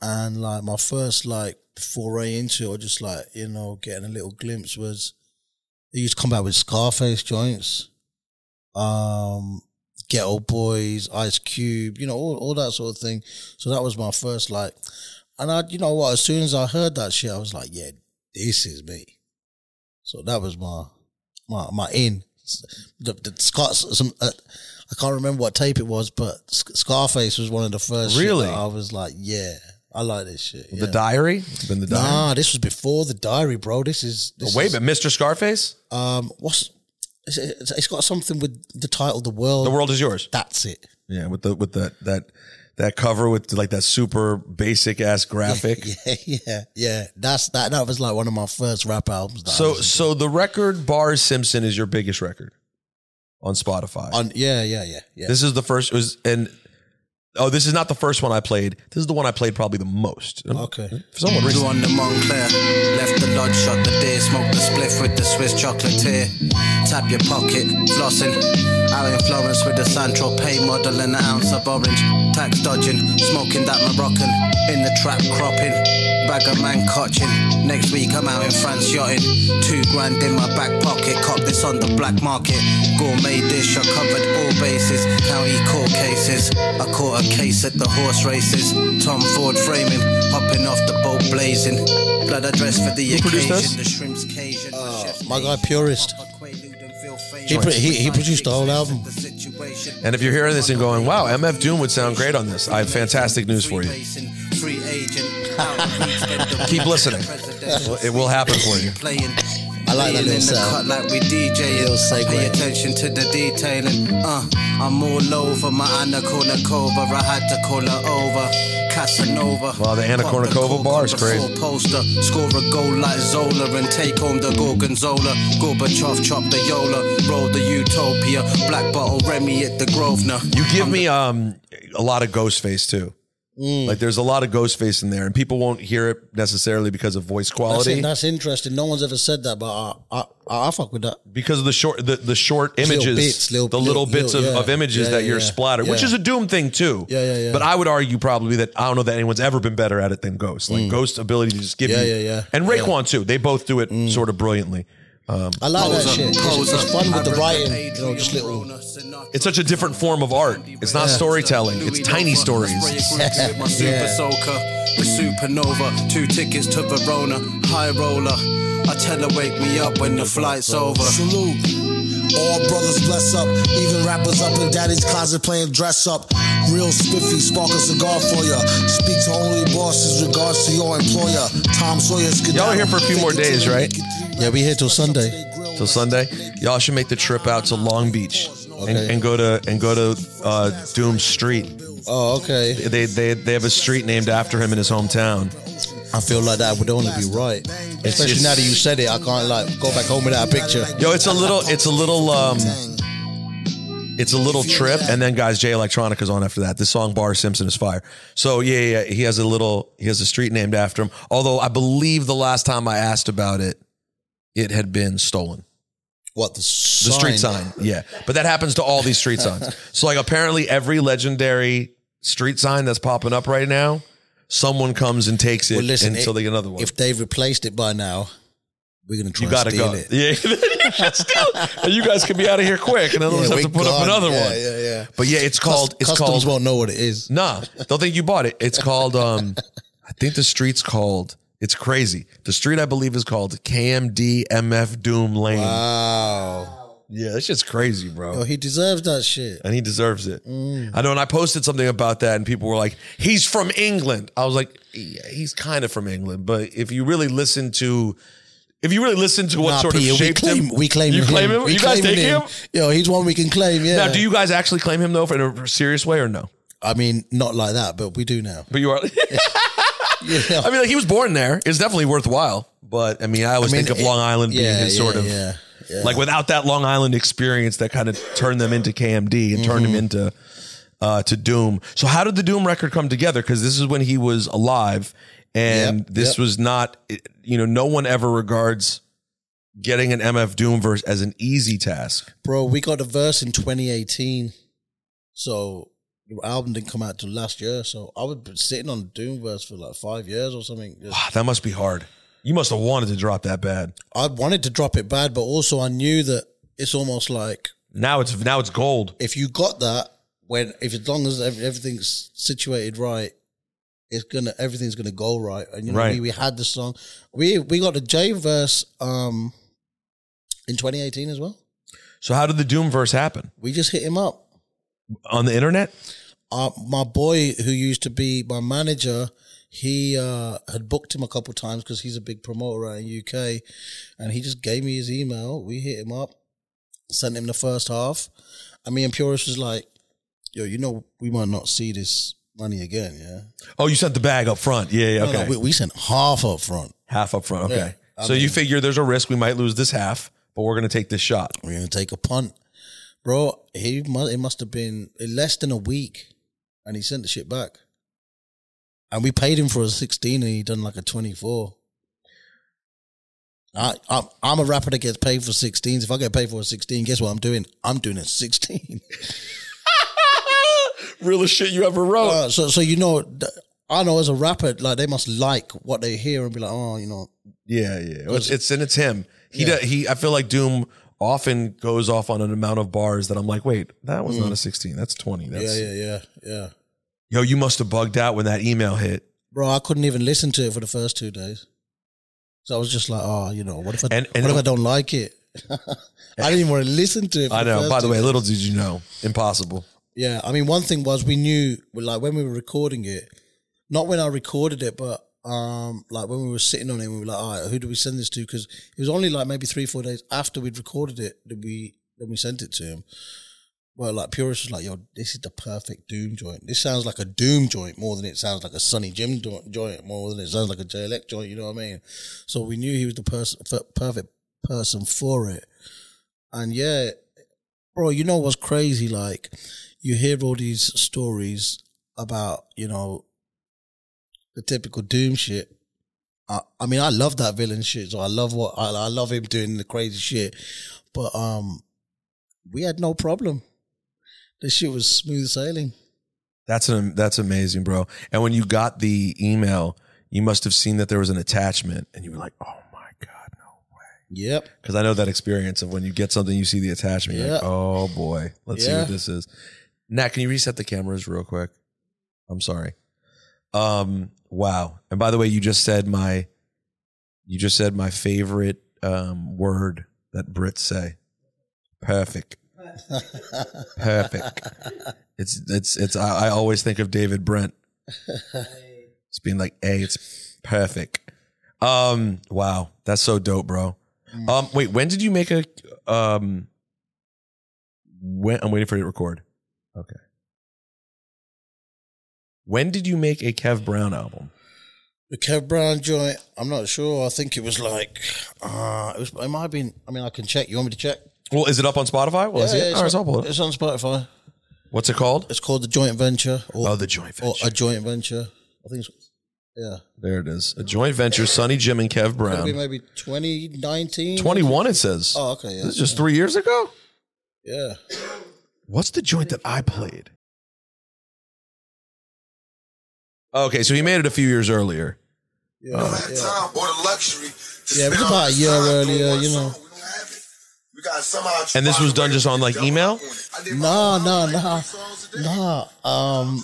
Speaker 8: And like my first like foray into it, or just like you know getting a little glimpse was they used to come back with Scarface joints, um, Ghetto Boys, Ice Cube, you know all all that sort of thing. So that was my first like, and I you know what? As soon as I heard that shit, I was like, yeah, this is me. So that was my my my in. The, the Scots, some uh, I can't remember what tape it was, but Sc- Scarface was one of the first. shit
Speaker 2: Really?
Speaker 8: that I was like, yeah, I like this shit.
Speaker 2: The
Speaker 8: yeah.
Speaker 2: diary. Been the diary.
Speaker 8: Nah, this was before the diary, bro. This is this
Speaker 2: Wait,
Speaker 8: is-
Speaker 2: but Mr. Scarface.
Speaker 8: um, what's it's, it's it's got something with the title, the world.
Speaker 2: The world is yours.
Speaker 8: That's it.
Speaker 2: Yeah, with the with that that that cover with like that super basic ass graphic.
Speaker 8: Yeah, yeah, yeah. That's that. That was like one of my first rap albums. That I
Speaker 2: So
Speaker 8: listened to.
Speaker 2: so the record Bars Simpson is your biggest record on Spotify.
Speaker 8: on yeah, yeah, yeah, yeah.
Speaker 2: This is the first it was and oh this is not the first one I played. This is the one I played probably the most.
Speaker 8: okay.
Speaker 2: For someone reason.
Speaker 11: on the Montclair. Left the lodge, shot the deer, smoked the spliff with the Swiss chocolatier. Tap your pocket, flossing. Out in Florence with the Santro Pay model and an ounce of orange. Tax dodging, smoking that Moroccan. In the trap cropping, bag of man cotching. Next week I'm out in France yachting. Two grand in my back pocket, cop this on the black market. Gourmet dish, I covered all bases. County court cases, I caught a case at the horse races. Tom Ford framing, hopping off the boat blazing. Blood address for the
Speaker 8: produced
Speaker 11: occasion,
Speaker 8: this?
Speaker 11: the shrimp's Cajun. the chef's
Speaker 8: Uh, My guy, Purist. He, pro- he he produced the whole album.
Speaker 2: And if you're hearing this and going, wow, MF Doom would sound great on this, I have fantastic news for you.
Speaker 11: Free agent. out of reach, bend the
Speaker 2: Keep
Speaker 11: reach,
Speaker 2: listening.
Speaker 11: presidential
Speaker 2: It will happen for you.
Speaker 11: playing.
Speaker 8: I like that
Speaker 11: Being in the
Speaker 8: little sound.
Speaker 11: cut like we DJing. Pay attention to the detailing. Uh, I'm all over my Anna Kournikova. I had to call her over. Casanova.
Speaker 2: Wow, the Anna
Speaker 11: Pop the
Speaker 2: Kournikova
Speaker 11: cork
Speaker 2: bar
Speaker 11: on
Speaker 2: is
Speaker 11: the
Speaker 2: crazy.
Speaker 11: four Poster, score a goal like Zola and take home the Gorgonzola. Gorbachev chop the Yola, roll the Utopia. Black bottle Remy at the Grosvenor.
Speaker 2: You give me um a lot of Ghostface too. Like there's a lot of Ghostface in there, and people won't hear it necessarily because of voice
Speaker 8: That's,
Speaker 2: quality,
Speaker 8: it, that's interesting. No one's ever said that, but I I, I, I fuck with that.
Speaker 2: because of the short the, the short
Speaker 8: Little
Speaker 2: images,
Speaker 8: bits, little-
Speaker 2: the little,
Speaker 8: little-
Speaker 2: bits
Speaker 8: little-
Speaker 2: of,
Speaker 8: yeah.
Speaker 2: of images
Speaker 8: Yeah,
Speaker 2: that
Speaker 8: yeah,
Speaker 2: you're
Speaker 8: yeah.
Speaker 2: splattered, which
Speaker 8: Yeah.
Speaker 2: is a Doom thing too.
Speaker 8: Yeah, yeah, yeah.
Speaker 2: But I would argue probably that I don't know that anyone's ever been better at it than Ghost. Like Ghost's ability to just give
Speaker 8: Mm. Yeah,
Speaker 2: you,
Speaker 8: yeah, Mm. yeah.
Speaker 2: and Raekwon too. They both do it sort of brilliantly. Um,
Speaker 8: I like that
Speaker 2: Poser,
Speaker 8: shit. It's,
Speaker 2: poser.
Speaker 8: it's fun with the writing, you know, just little.
Speaker 2: It's such a different form of art. It's not
Speaker 11: Yeah.
Speaker 2: storytelling. It's tiny stories.
Speaker 11: with my super soaker. The supernova, two tickets to Verona, high roller. I tell her wake me up when the flight's over.
Speaker 12: Salute. All brothers bless up. Even rappers up in daddy's closet playing dress up. Real spiffy, spark a cigar for ya. Speak to only bosses, regards to your employer. Tom Sawyer's good.
Speaker 2: Y'all are here for a few more days, right?
Speaker 8: Yeah, we here till Sunday.
Speaker 2: Till Sunday, y'all should make the trip out to Long Beach and, and go to and go to uh, Doom Street.
Speaker 8: Oh, okay.
Speaker 2: They, they they have a street named after him in his hometown.
Speaker 8: I feel like that would only be right, especially now that you said it. I can't like go back home without a picture.
Speaker 2: Yo, it's a little, it's a little, um, it's a little trip. And then guys, Jay Electronica's on after that. This song Bar Simpson is fire. So yeah, yeah, yeah, he has a little, he has a street named after him. Although I believe the last time I asked about it, it had been stolen.
Speaker 8: What the,
Speaker 2: The street
Speaker 8: sign?
Speaker 2: sign, yeah. But that happens to all these street signs. So like, apparently every legendary street sign that's popping up right now, someone comes and takes it
Speaker 8: Well, listen,
Speaker 2: until they get another one.
Speaker 8: If they've replaced it by now, we're gonna
Speaker 2: you
Speaker 8: try and
Speaker 2: gotta
Speaker 8: steal
Speaker 2: go.
Speaker 8: it.
Speaker 2: Yeah, you should steal. And you guys can be out of here quick, and others
Speaker 8: Yeah,
Speaker 2: have to
Speaker 8: we
Speaker 2: put up
Speaker 8: gone.
Speaker 2: another
Speaker 8: Yeah,
Speaker 2: one.
Speaker 8: yeah, yeah.
Speaker 2: But yeah, it's called. It's
Speaker 8: customs
Speaker 2: called.
Speaker 8: won't know what it is.
Speaker 2: Nah, don't think you bought it. It's called. Um, I think the street's called. It's crazy. The street I believe is called KMD MF Doom Lane.
Speaker 8: Wow.
Speaker 2: Yeah, that shit's crazy, bro.
Speaker 8: Oh, he deserves that shit.
Speaker 2: Oh. and he deserves it.
Speaker 8: Mm.
Speaker 2: I know. And I posted something about that, and people were like, "He's from England." I was like, yeah, "He's kind of from England," but if you really listen to, if you really listen to what
Speaker 8: Nah,
Speaker 2: sort
Speaker 8: Peter,
Speaker 2: of shaped
Speaker 8: we claim,
Speaker 2: him,
Speaker 8: We claim
Speaker 2: you
Speaker 8: him.
Speaker 2: claim him.
Speaker 8: We
Speaker 2: you guys
Speaker 8: claiming
Speaker 2: take him.
Speaker 8: Yo, he's one we can claim. Yeah.
Speaker 2: Now, do you guys actually claim him though, for in a serious way or no?
Speaker 8: I mean, not like that, but we do now.
Speaker 2: But you are.
Speaker 8: Yeah.
Speaker 2: I mean, like he was born there. It's definitely worthwhile. But I mean, I always
Speaker 8: I mean,
Speaker 2: think of
Speaker 8: it-
Speaker 2: Long Island being
Speaker 8: yeah,
Speaker 2: his sort
Speaker 8: yeah,
Speaker 2: of
Speaker 8: yeah, yeah.
Speaker 2: like without that Long Island experience that kind of turned them into KMD and turned him
Speaker 8: Mm-hmm.
Speaker 2: into uh, to Doom. So how did the Doom record come together? Because this is when he was alive, and this
Speaker 8: yep.
Speaker 2: was not. You know, no one ever regards getting an MF Doom verse as an easy task.
Speaker 8: Bro, we got a verse in 2018. So the album didn't come out till last year. So I was sitting on Doom verse for like five years or something. Just-
Speaker 2: Ah, That must be hard. You must have wanted to drop that bad.
Speaker 8: I wanted to drop it bad, but also I knew that it's almost like
Speaker 2: Now it's now it's gold.
Speaker 8: if you got that when if as long as ev- everything's situated right it's gonna everything's gonna go right and you know
Speaker 2: Right.
Speaker 8: we, we had the song we we got the j verse um in 2018 as well
Speaker 2: So how did the Doom verse happen
Speaker 8: we just hit him up
Speaker 2: on the internet?
Speaker 8: uh, my boy who used to be my manager he uh, had booked him a couple times because he's a big promoter out in UK, and he just gave me his email. We hit him up, sent him the first half, and me and Purist was like, "Yo, you know we might not see this money again, yeah."
Speaker 2: Oh, you sent the bag up front. Yeah, yeah,
Speaker 8: No,
Speaker 2: okay.
Speaker 8: no, we, we sent half up front.
Speaker 2: half up front. Okay.
Speaker 8: Yeah, I
Speaker 2: so you
Speaker 8: mean-
Speaker 2: figure there's a risk we might lose this half, but we're going to take this shot.
Speaker 8: We're gonna take a punt, bro. He must, it must have been less than a week, and he sent the shit back. And we paid him for a sixteen, and he done like a twenty-four. I, I'm I'm a rapper that gets paid for 16s. If I get paid for a 16, guess what I'm doing? I'm doing a 16.
Speaker 2: Realest shit you ever wrote.
Speaker 8: Uh, so so you know, th- I know as a rapper, like they must like what they hear and be like, oh, you know,
Speaker 2: Yeah, yeah. It's, it's and it's him. He
Speaker 8: Yeah.
Speaker 2: do- he. I feel like Doom often goes off on an amount of bars that I'm like, wait, that was not
Speaker 8: Mm.
Speaker 2: a 16. That's 20. That's
Speaker 8: yeah, yeah, yeah, yeah.
Speaker 2: yo. You must have bugged out when that email hit.
Speaker 8: Bro, I couldn't even listen to it for the first two days. So I was just like, oh, you know, what if I,
Speaker 2: And- and-
Speaker 8: what if I don't like it? I didn't even want to listen to it. For
Speaker 2: I
Speaker 8: the
Speaker 2: know.
Speaker 8: first
Speaker 2: By the
Speaker 8: two
Speaker 2: way,
Speaker 8: days.
Speaker 2: little did you know, impossible.
Speaker 8: Yeah, I mean, one thing was we knew, like, when we were recording it, not when I recorded it, but um, like when we were sitting on it, we were like, all right, who do we send this to? Because it was only like maybe three, four days after we'd recorded it that we then we sent it to him. Well, like Purist was like, yo, this is the perfect Doom joint. This sounds like a Doom joint more than it sounds like a Sonny Jim do- joint, more than it sounds like a JLX joint, you know what I mean? So we knew he was the person, perfect person for it. And yeah, bro, you know what's crazy? Like, you hear all these stories about, you know, the typical Doom shit. I, I mean, I love that villain shit. So I love what I, I love him doing the crazy shit. But um, we had no problem. This shit was smooth sailing.
Speaker 2: That's an that's amazing, bro. And when you got the email, you must have seen that there was an attachment, and you were like, "Oh my god, no way!"
Speaker 8: Yep.
Speaker 2: Because I know that experience of when you get something, you see the attachment. You're
Speaker 8: Yeah.
Speaker 2: like, oh boy, let's see
Speaker 8: Yeah.
Speaker 2: what this is. Nat, can you reset the cameras real quick? I'm sorry. Um, wow. And by the way, you just said my, you just said my favorite um, word that Brits say. Perfect. Perfect. It's it's it's. I, I always think of David Brent. It's being like, hey, it's perfect. Um, wow, that's so dope, bro. Um, wait, when did you make a um? When I'm waiting for it to record. Okay. When did you make a Kev Brown album?
Speaker 8: The Kev Brown joint, I'm not sure. I think it was like, uh, it, was, it might have been, I mean, I can check. You want me to check?
Speaker 2: Well, is it up on Spotify? Well, I see it. All right,
Speaker 8: it's,
Speaker 2: so I'll pull
Speaker 8: on,
Speaker 2: it.
Speaker 8: it's on Spotify.
Speaker 2: What's it called?
Speaker 8: It's called The Joint Venture. Or,
Speaker 2: Oh, The Joint
Speaker 8: Venture. Or A Joint Venture. I think it's, yeah.
Speaker 2: There it is. A joint venture, Sonny Jim and Kev
Speaker 8: Could be
Speaker 2: Brown.
Speaker 8: maybe 2019.
Speaker 2: 21, it says.
Speaker 8: Oh, okay. Yeah.
Speaker 2: This is just three years ago.
Speaker 8: Yeah.
Speaker 2: What's the joint that I played? Okay, so he made it a few years earlier.
Speaker 8: Yeah.
Speaker 2: Oh.
Speaker 10: Time or the luxury to
Speaker 8: Yeah, it was
Speaker 10: spend
Speaker 8: about a
Speaker 10: on
Speaker 8: year earlier, you know.
Speaker 10: We got somehow.
Speaker 2: And this was done just on like email?
Speaker 8: No, no, no, no. Um,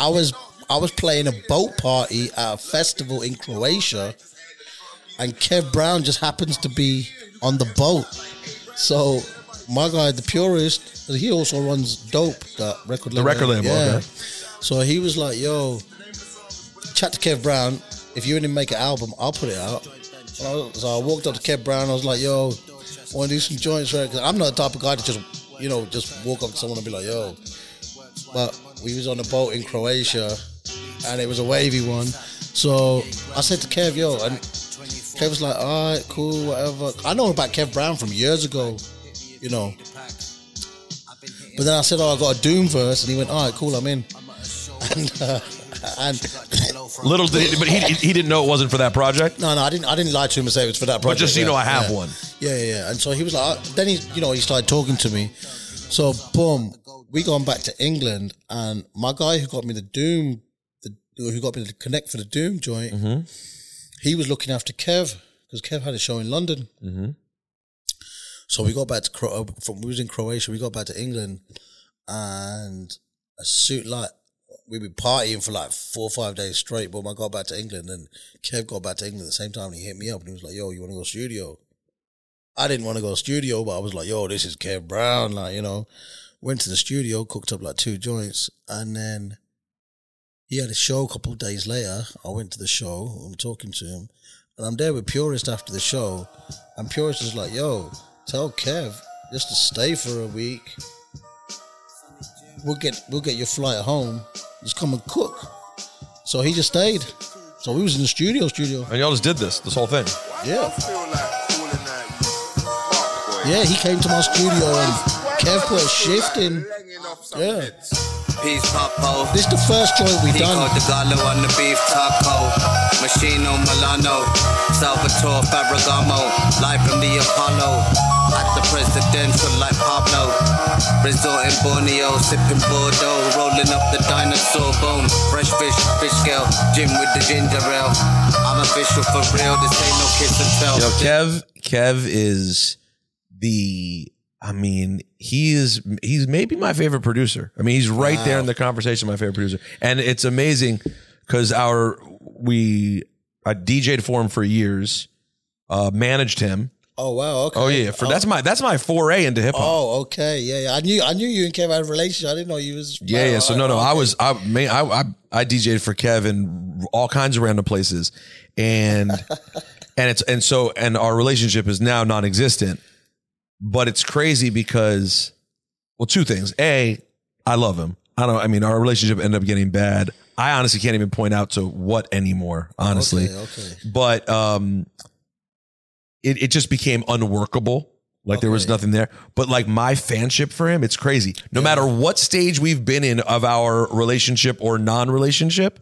Speaker 8: I was I was playing a boat party at a festival in Croatia, and Kev Brown just happens to be on the boat. So my guy, the purist, he also runs Dope, the record
Speaker 2: The
Speaker 8: label.
Speaker 2: record label, okay.
Speaker 8: So he was like, "Yo, chat to Kev Brown. If you didn't make an album, I'll put it out." And I was- So I walked up to Kev Brown. I was like, "Yo, want to do some joints?" Right? Cause I'm not the type of guy to just, you know, just walk up to someone and be like, "Yo." But we was on a boat in Croatia, and it was a wavy one. So I said to Kev, "Yo," and Kev was like, "All right, cool, whatever." I know about Kev Brown from years ago, you know. But then I said, "Oh, I got a Doom verse," and he went, "All right, cool, I'm in." And, uh, and
Speaker 2: Little did, but he he didn't know it wasn't for that project.
Speaker 8: no, no, I didn't. I didn't lie to him and say it was for that
Speaker 2: But
Speaker 8: project.
Speaker 2: just so you
Speaker 8: yeah,
Speaker 2: know, I have
Speaker 8: yeah.
Speaker 2: one.
Speaker 8: Yeah, yeah, yeah. And so he was like, uh, then he, you know, he started talking to me. So boom, we gone back to England, and my guy who got me the Doom, the, who got me the connect for the Doom joint,
Speaker 2: Mm-hmm.
Speaker 8: he was looking after Kev because Kev had a show in London.
Speaker 2: Mm-hmm.
Speaker 8: So we got back to Cro- uh, from we was in Croatia. We got back to England, and a suit like we been partying for like four or five days straight. But when I got back to England, and Kev got back to England at the same time, and he hit me up and he was like, "Yo, you want to go studio?" I didn't want to go studio, but I was like, "Yo, this is Kev Brown," like you know. Went to the studio, cooked up like two joints, and then he had a show a couple of days later. I went to the show. I'm talking to him, and I'm there with Purist after the show, and Purist is like, "Yo, tell Kev just to stay for a week. We'll get we'll get your flight home. Just come and cook." So he just stayed. So we was in the studio, studio.
Speaker 2: And y'all just did this, this whole thing.
Speaker 8: Yeah. Yeah, he came to my studio and Kev put a shift in. Yeah.
Speaker 13: Peace, Popo.
Speaker 8: This the first joint we
Speaker 13: Pico
Speaker 8: done.
Speaker 13: de Gallo on the beef taco. Machino Milano. Salvatore Ferragamo. Live from the Apollo. At the presidential like Pablo. Resort in Borneo, sipping Bordeaux. Rolling up the dinosaur bone. Fresh fish, fish scale. Gin with the ginger ale. I'm official for real. This ain't no kiss and tell.
Speaker 2: Yo, Kev, Kev is the. I mean, he is. He's maybe my favorite producer. I mean, he's right there in the conversation. My favorite producer, and it's amazing because our we I DJ'd for him for years, uh, managed him.
Speaker 8: Oh wow, okay.
Speaker 2: Oh yeah, for that's my that's my foray into hip hop.
Speaker 8: Oh, okay. Yeah, yeah. I knew I knew you and Kev had a relationship. I didn't know you was
Speaker 2: Yeah, yeah. So no, no, I was I man, I I, I DJ'd for Kevin all kinds of random places, and and it's and so and our relationship is now non-existent, but it's crazy because well, two things. A, I love him. I don't. I mean, our relationship ended up getting bad. I honestly can't even point out to what anymore. Honestly,
Speaker 8: Okay, okay.
Speaker 2: but um, it it just became unworkable. Like there was nothing there. But like my fanship for him, it's crazy. No matter what stage we've been in of our relationship or non-relationship,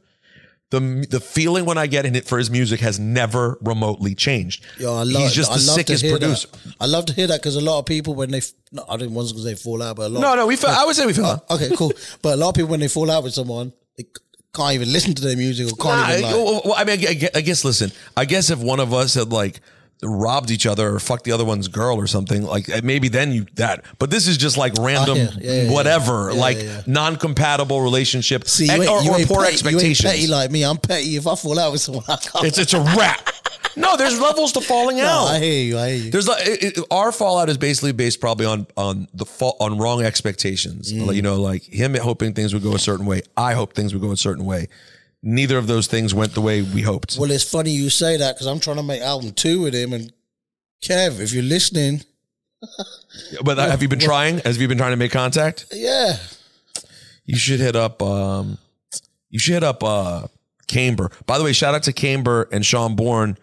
Speaker 2: the the feeling when I get in it for his music has never remotely changed.
Speaker 8: Yo, I love.
Speaker 2: He's just
Speaker 8: I
Speaker 2: the
Speaker 8: love to
Speaker 2: sickest
Speaker 8: hear that.
Speaker 2: producer.
Speaker 8: I love to hear that because a lot of people when they f- no, I didn't want to say fall out, but a lot.
Speaker 2: No, no, we fell- I would say we fell out.
Speaker 8: Oh, okay, cool. but a lot of people when they fall out with someone, they c- can't even listen to their music or can't
Speaker 2: Nah,
Speaker 8: even like.
Speaker 2: well, well, I mean, I gue- I guess, listen, I guess if one of us had like robbed each other or fucked the other one's girl or something like eh, maybe then you that but this is just like random
Speaker 8: Ah, yeah, yeah, yeah.
Speaker 2: whatever
Speaker 8: Yeah,
Speaker 2: like
Speaker 8: yeah, yeah.
Speaker 2: non-compatible relationship
Speaker 8: See, you
Speaker 2: eh,
Speaker 8: ain't,
Speaker 2: or,
Speaker 8: you
Speaker 2: or
Speaker 8: ain't
Speaker 2: poor
Speaker 8: petty,
Speaker 2: expectations
Speaker 8: You ain't petty like me. I'm petty. If I fall out with someone, I can't.
Speaker 2: it's it's a wrap no there's levels to falling out
Speaker 8: I hear you. I hear you.
Speaker 2: there's like it, it- our fallout is basically based probably on on the fall on wrong expectations.
Speaker 8: Mm.
Speaker 2: Like, you know, like him hoping things would go a certain way. I hope things would go a certain way. Neither of those things went the way we hoped.
Speaker 8: Well, it's funny you say that because I'm trying to make album two with him. And Kev, if you're listening,
Speaker 2: But have you been
Speaker 8: well-
Speaker 2: trying? Have you been trying to make contact?
Speaker 8: yeah,
Speaker 2: You should hit up. um You should hit up uh Camber. By the way, shout out to Camber and Sean Bourne.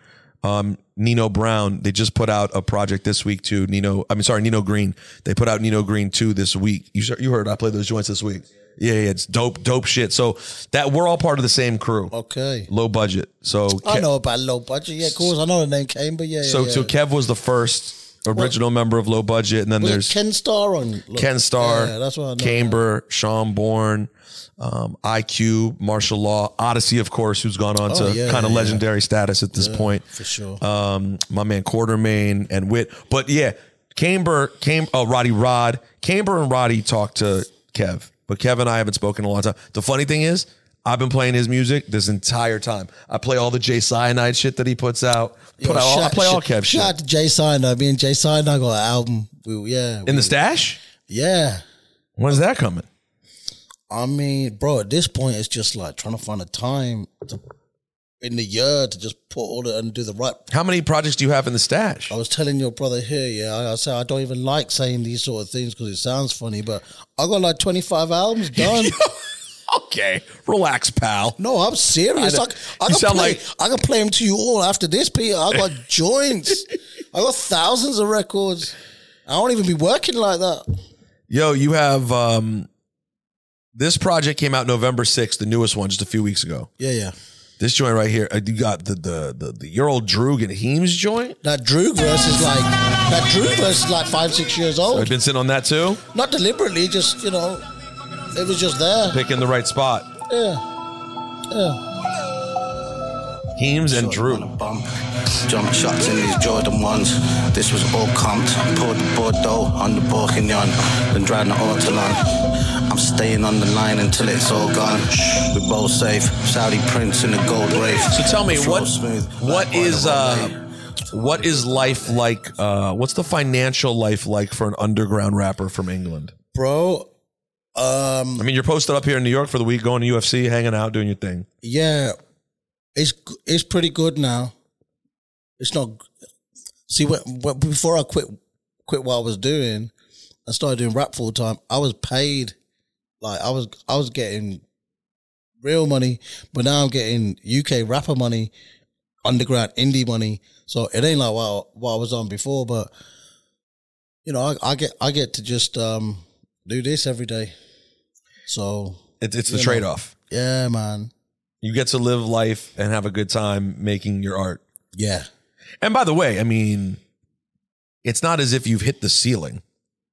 Speaker 2: Um, Nino Brown, they just put out a project this week too. Nino, I mean, sorry, Nino Green. They put out Nino Green too this week. You you heard I played those joints this week. Yeah, yeah, it's dope, dope shit. So that we're all part of the same crew.
Speaker 8: Okay.
Speaker 2: Low budget. So
Speaker 8: I
Speaker 2: Ke-
Speaker 8: know about low budget. Yeah, of course, I know the name came, but yeah,
Speaker 2: so
Speaker 8: yeah,
Speaker 2: so
Speaker 8: yeah.
Speaker 2: Kev was the first original member of Low Budget, and then
Speaker 8: Was it
Speaker 2: there's
Speaker 8: Ken Starr on Low-
Speaker 2: Ken Starr,
Speaker 8: Yeah, that's what I know.
Speaker 2: Camber, Sean Bourne, um, IQ, Martial Law, Odyssey, of course, who's gone on
Speaker 8: Oh,
Speaker 2: to
Speaker 8: yeah,
Speaker 2: kind of
Speaker 8: yeah.
Speaker 2: legendary status at this
Speaker 8: Yeah,
Speaker 2: point.
Speaker 8: for sure.
Speaker 2: Um, my man Quartermain and Wit. But yeah, Camber, Cam, oh, Roddy Rod. Camber and Roddy talked to Kev, but Kev and I haven't spoken in a long time. The funny thing is, I've been playing his music this entire time. I play all the Jay Cyanide shit that he puts out.
Speaker 8: Yo,
Speaker 2: Put out all, I
Speaker 8: shout-
Speaker 2: play all
Speaker 8: shout-
Speaker 2: Kev shit.
Speaker 8: Shout out to Jay Sinai. Me and Jay Sinai got an album. We, yeah,
Speaker 2: In the stash?
Speaker 8: yeah.
Speaker 2: When's that coming?
Speaker 8: I mean, bro, at this point, it's just like trying to find a time to, in the year to just put all the and do the right.
Speaker 2: How many projects do you have in the stash?
Speaker 8: I was telling your brother here, yeah, I, I say I don't even like saying these sort of things because it sounds funny, but I got like twenty five albums done.
Speaker 2: Okay, relax, pal.
Speaker 8: No, I'm serious.
Speaker 2: I
Speaker 8: I,
Speaker 2: know.
Speaker 8: I,
Speaker 2: You
Speaker 8: can
Speaker 2: sound
Speaker 8: play,
Speaker 2: like-
Speaker 8: I can play them to you all after this, Peter. I got joints. I got thousands of records. I don't even be working like that.
Speaker 2: Yo, you have um this project came out November 6th, the newest one just a few weeks ago.
Speaker 8: Yeah, yeah.
Speaker 2: This joint right here, uh, you got the the the, the your old Droog and Heems joint.
Speaker 8: That Drew verse is like that Drew verse is like five, six years old.
Speaker 2: I've been sitting on that too,
Speaker 8: Not deliberately, just you know, it was just there.
Speaker 2: picking the right spot.
Speaker 8: Yeah, yeah.
Speaker 2: Heems and Drew.
Speaker 11: Jump shots in these Jordan ones. This was all comped. Poured Bordeaux on the Bourguignon, then drowned the Ortolan. I'm staying on the line until it's all gone. We're both safe. Saudi Prince in the gold wraith.
Speaker 2: So tell me
Speaker 11: The floor
Speaker 2: what
Speaker 11: smooth,
Speaker 2: what
Speaker 11: like oil
Speaker 2: is
Speaker 11: on
Speaker 2: uh
Speaker 11: the way.
Speaker 2: what is life like uh what's the financial life like for an underground rapper from England?
Speaker 8: bro. Um,
Speaker 2: I mean, you're posted up here in New York for the week, going to UFC, hanging out, doing your thing.
Speaker 8: yeah, it's it's pretty good now. It's not. See, when, when, before I quit quit what I was doing, I started doing rap full time. I was paid, like I was I was getting real money, but now I'm getting UK rapper money, underground indie money. So it ain't like what I, what I was on before, but you know, I, I get I get to just um do this every day. So
Speaker 2: It's it's the
Speaker 8: you know,
Speaker 2: trade off.
Speaker 8: Yeah, man.
Speaker 2: You get to live life and have a good time making your art.
Speaker 8: Yeah.
Speaker 2: And by the way, I mean, it's not as if you've hit the ceiling.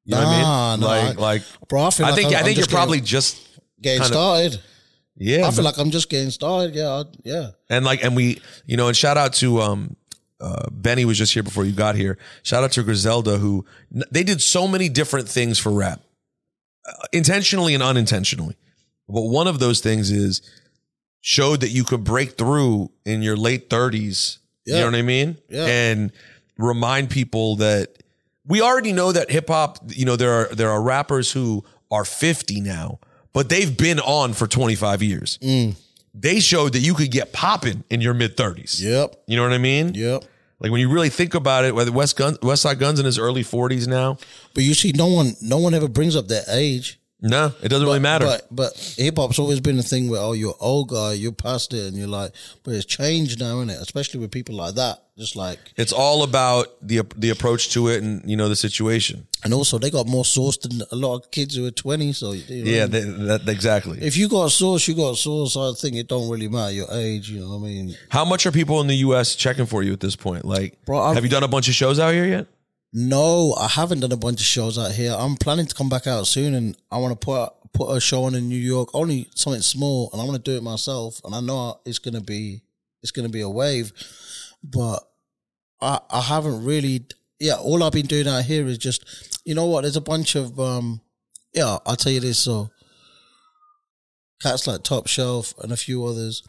Speaker 2: You know
Speaker 8: Nah,
Speaker 2: what I
Speaker 8: nah.
Speaker 2: mean? Like, like
Speaker 8: Bro, I feel like
Speaker 2: think
Speaker 8: I'm-
Speaker 2: I
Speaker 8: I'm
Speaker 2: think you're
Speaker 8: just
Speaker 2: probably
Speaker 8: getting-
Speaker 2: just
Speaker 8: Getting
Speaker 2: kinda-
Speaker 8: started.
Speaker 2: yeah.
Speaker 8: I feel
Speaker 2: man.
Speaker 8: like I'm just getting started. Yeah, I, yeah.
Speaker 2: and like and we you know and shout out to um uh, Benny was just here before you got here. Shout out to Griselda who they did so many different things for rap, uh, intentionally and unintentionally. But one of those things is showed that you could break through in your late 30s. You
Speaker 8: Yeah.
Speaker 2: know what I mean?
Speaker 8: Yeah.
Speaker 2: And remind people that we already know that hip hop, you know, there are there are rappers who are 50 now, but they've been on for 25 years. They showed that you could get popping in your mid 30s.
Speaker 8: Yep.
Speaker 2: You know what I mean?
Speaker 8: Yep.
Speaker 2: Like when you really think about it, whether West Gun West Side Guns in his early 40s now.
Speaker 8: But you see, no one, no one ever brings up their age.
Speaker 2: No, it doesn't really matter.
Speaker 8: But but hip hop's always been a thing where oh you're old guy, you're past it, and you're like, but it's changed now, isn't it? Especially with people like that, just like,
Speaker 2: it's all about the the approach to it and you know the situation.
Speaker 8: and also they got more sauce than a lot of kids who are twenty. So you know,
Speaker 2: Yeah, they, that, exactly.
Speaker 8: if you got sauce, you got sauce. I think it don't really matter your age. You know what I mean?
Speaker 2: How much are people in the U.S. checking for you at this point? Like,
Speaker 8: Bro, I've-
Speaker 2: have you done a bunch of shows out here yet?
Speaker 8: No, I haven't done a bunch of shows out here. I'm planning to come back out soon, and I want to put put a show on in New York, only something small, and I want to do it myself. And I know it's gonna be it's gonna be a wave, but I, I haven't really yeah, all I've been doing out here is just you know what, there's a bunch of um yeah, I'll tell you this, so cats like Top Shelf and a few others.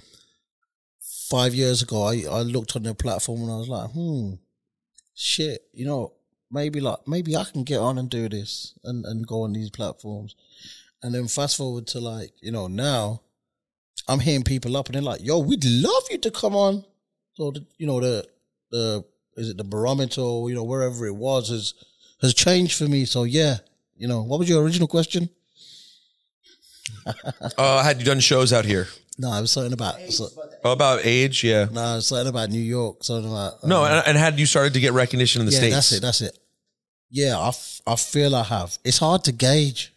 Speaker 8: Five years ago I, I looked on their platform and I was like, hmm, shit, you know, maybe like maybe I can get on and do this and, and go on these platforms. And then fast forward to like, you know, now I'm hitting people up and they're like, yo, we'd love you to come on. So the, you know, the the is it the barometer or you know, wherever it was has has changed for me. So yeah, you know, what was your original question?
Speaker 2: Uh, had you done shows out here?
Speaker 8: No, I was something about so,
Speaker 2: Oh, about age, yeah.
Speaker 8: no, I was something about New York, something about
Speaker 2: No,
Speaker 8: um,
Speaker 2: and, and had you started to get recognition in the
Speaker 8: yeah,
Speaker 2: states?
Speaker 8: that's it, that's it. Yeah, I, f- I feel I have. It's hard to gauge.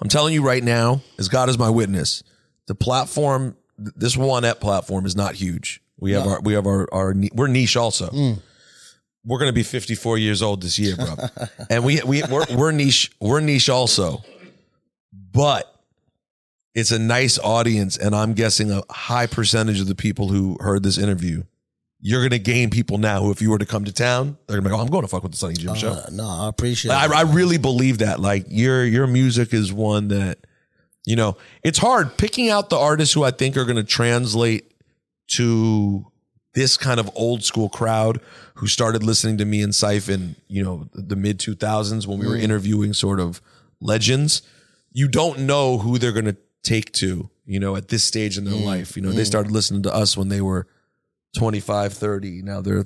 Speaker 2: I'm telling you right now, as God is my witness, the platform, th- this one app platform, is not huge. We have
Speaker 8: No.
Speaker 2: our, we have our, our, ni- we're niche also. We're going to be 54 years old this year, bro, and we we we're, we're niche, we're niche also, but it's a nice audience, and I'm guessing a high percentage of the people who heard this interview. You're going to gain people now who, if you were to come to town, they're going to be like, oh, I'm going to fuck with the Sunny Jim show.
Speaker 8: Uh, no, I appreciate
Speaker 2: Like,
Speaker 8: it.
Speaker 2: I, I really believe that. Like your your music is one that, you know, it's hard picking out the artists who I think are going to translate to this kind of old school crowd who started listening to me and Siphon, you know, the mid 2000s when we were
Speaker 8: Mm.
Speaker 2: interviewing sort of legends. You don't know who they're going to take to, you know, at this stage in their life. You know, they
Speaker 8: Mm.
Speaker 2: started listening to us when they were 25, 30. Now they're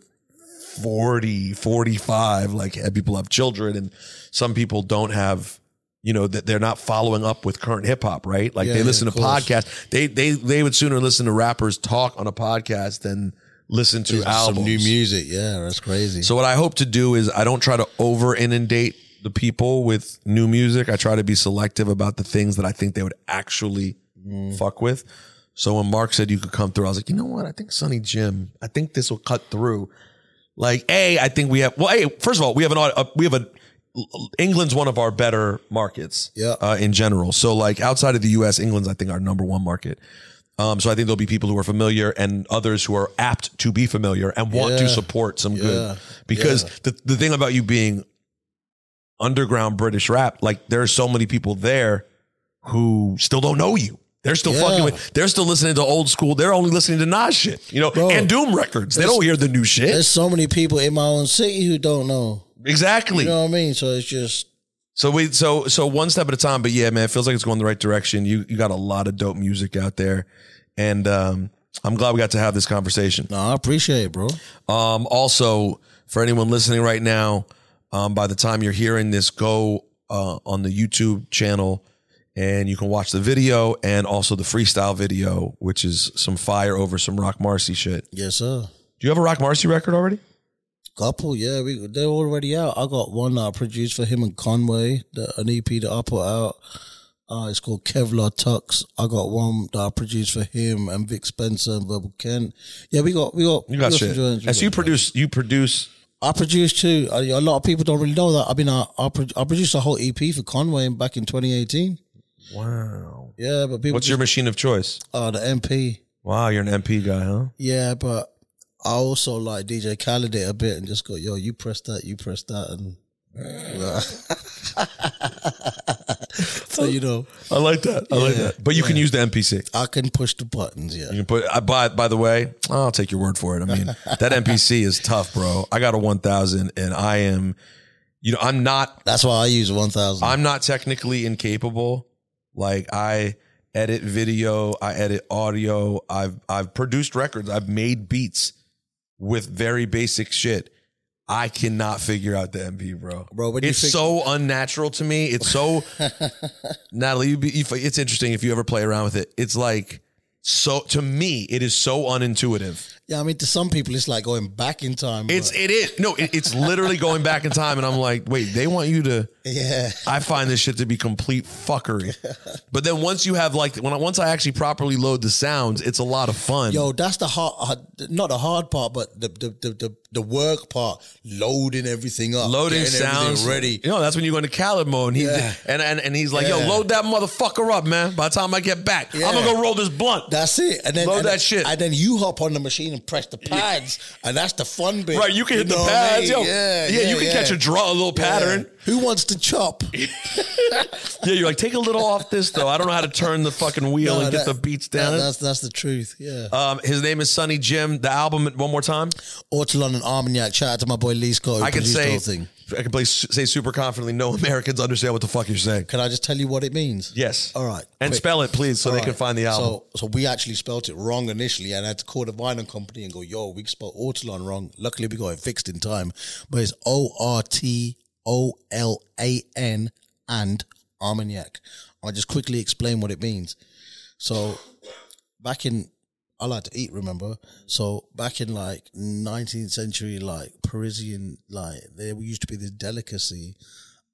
Speaker 2: 40, 45. Like and people have children and some people don't have, you know, that they're not following up with current hip hop, right? Like
Speaker 8: Yeah,
Speaker 2: they
Speaker 8: yeah,
Speaker 2: listen
Speaker 8: of
Speaker 2: to
Speaker 8: course.
Speaker 2: podcasts. They, they, they would sooner listen to rappers talk on a podcast than listen to
Speaker 8: Some
Speaker 2: albums.
Speaker 8: new music. Yeah, that's crazy.
Speaker 2: So what I hope to do is I don't try to over inundate the people with new music. I try to be selective about the things that I think they would actually fuck with. So when Mark said you could come through, I was like, you know what? I think Sonny Jim. I think this will cut through. Like, a, I think we have. Well, hey, first of all, we have an au- uh, we have a England's one of our better markets.
Speaker 8: Yeah.
Speaker 2: uh, in general. So like outside of the U.S., England's I think our number one market. Um, so I think there'll be people who are familiar and others who are apt to be familiar and want to
Speaker 8: Yeah.
Speaker 2: support some good
Speaker 8: Yeah.
Speaker 2: because
Speaker 8: Yeah.
Speaker 2: the the thing about you being underground British rap, like there are so many people there who still don't know you. They're still
Speaker 8: Yeah.
Speaker 2: fucking with. They're still listening to old school. They're only listening to Nas shit, you know, and Doom records. They
Speaker 8: there's-
Speaker 2: don't hear the new shit.
Speaker 8: There's so many people in my own city who don't know.
Speaker 2: Exactly.
Speaker 8: You know what I mean? So it's just
Speaker 2: So we so so one step at a time, but yeah, man, it feels like it's going the right direction. You you got a lot of dope music out there, and um, I'm glad we got to have this conversation.
Speaker 8: No, I appreciate it, bro.
Speaker 2: Um, also, for anyone listening right now, um, by the time you're hearing this, go uh, on the YouTube channel and you can watch the video and also the freestyle video, which is some fire over some Rock Marcy shit.
Speaker 8: yes, sir.
Speaker 2: Do you have a Rock Marcy record already?
Speaker 8: Couple, yeah, we they're already out. I got one that I produced for him and Conway, that, an EP that I put out. Uh, it's called Kevlar Tux. I got one that I produced for him and Vic Spencer and Verbal Kent. Yeah, we got we got
Speaker 2: You got
Speaker 8: we some
Speaker 2: shit.
Speaker 8: joints. We
Speaker 2: And so you
Speaker 8: got-
Speaker 2: produce, you produce.
Speaker 8: I produced too. A a lot of people don't really know that. I mean, I I, pro- I produced a whole EP for Conway back in 2018.
Speaker 2: Wow.
Speaker 8: Yeah, but people.
Speaker 2: What's your machine of choice?
Speaker 8: Oh, the MP.
Speaker 2: Wow, you're an MP guy, huh?
Speaker 8: Yeah, but I also like DJ Khaled it a bit and just go, yo, you press that, you press that, and so you know,
Speaker 2: I like that. I like
Speaker 8: Yeah,
Speaker 2: that. But you can
Speaker 8: yeah.
Speaker 2: use the MPC.
Speaker 8: I can push the buttons. Yeah,
Speaker 2: You can put. I by by the way, I'll take your word for it. I mean, that NPC is tough, bro. I got a one thousand, and I am, you know, I'm not.
Speaker 8: that's why I use one thousand.
Speaker 2: I'm not technically incapable. Like I edit video, I edit audio. I've I've produced records. I've made beats with very basic shit. I cannot figure out the MP, bro.
Speaker 8: Bro, when you
Speaker 2: it's
Speaker 8: fig-
Speaker 2: so unnatural to me. It's so Natalie. You be, you, it's interesting if you ever play around with it. It's like so to me. It is so unintuitive.
Speaker 8: Yeah, I mean, to some people, it's like going back in time.
Speaker 2: It's
Speaker 8: but-
Speaker 2: it is no. It, it's literally going back in time, and I'm like, wait, they want you to.
Speaker 8: yeah,
Speaker 2: I find this shit to be complete fuckery. But then once you have like when I, once I actually properly load the sounds, it's a lot of fun.
Speaker 8: yo, that's the hard, hard- not the hard part, but the the the the, the work part, loading everything up,
Speaker 2: loading
Speaker 8: getting everything
Speaker 2: sounds
Speaker 8: ready.
Speaker 2: You know that's when you go into Khaled mode. And he
Speaker 8: Yeah.
Speaker 2: and, and and he's like,
Speaker 8: Yeah.
Speaker 2: yo, load that motherfucker up, man. By the time I get back, I'm
Speaker 8: Yeah.
Speaker 2: gonna go roll this blunt.
Speaker 8: That's it. And then
Speaker 2: Load
Speaker 8: and
Speaker 2: that
Speaker 8: then-
Speaker 2: shit.
Speaker 8: And then you hop on the machine and press the pads, and that's the fun bit.
Speaker 2: Right, you can hit the
Speaker 8: know what I
Speaker 2: pads, yo.
Speaker 8: mean?
Speaker 2: Yeah, you can catch a draw, a little pattern.
Speaker 8: Who wants to chop?
Speaker 2: yeah, you're like, take a little off this though. I don't know how to turn the fucking wheel
Speaker 8: No,
Speaker 2: and get
Speaker 8: that-
Speaker 2: the beats
Speaker 8: that-
Speaker 2: down.
Speaker 8: that's that's the truth. Yeah.
Speaker 2: um, his name is Sonny Jim. The album, one more time.
Speaker 8: Ortolan and Armagnac. Shout out to my boy Lee Scott. Who
Speaker 2: I can
Speaker 8: produced the
Speaker 2: say,
Speaker 8: whole Oh, thing.
Speaker 2: I can play, say super confidently. No Americans understand what the fuck you're saying.
Speaker 8: Can I just tell you what it means?
Speaker 2: Yes.
Speaker 8: All right.
Speaker 2: And
Speaker 8: quick.
Speaker 2: spell it, please, so
Speaker 8: All
Speaker 2: they can
Speaker 8: right.
Speaker 2: find the album.
Speaker 8: So, so we actually spelt it wrong initially, and I had to call the vinyl company and go, "Yo, we spelled Ortolan wrong." Luckily, we got it fixed in time. But it's O R T O L A N and Armagnac. I'll just quickly explain what it means. So, back in I like to eat, remember? So back in like 19th century, like Parisian, like there used to be this delicacy,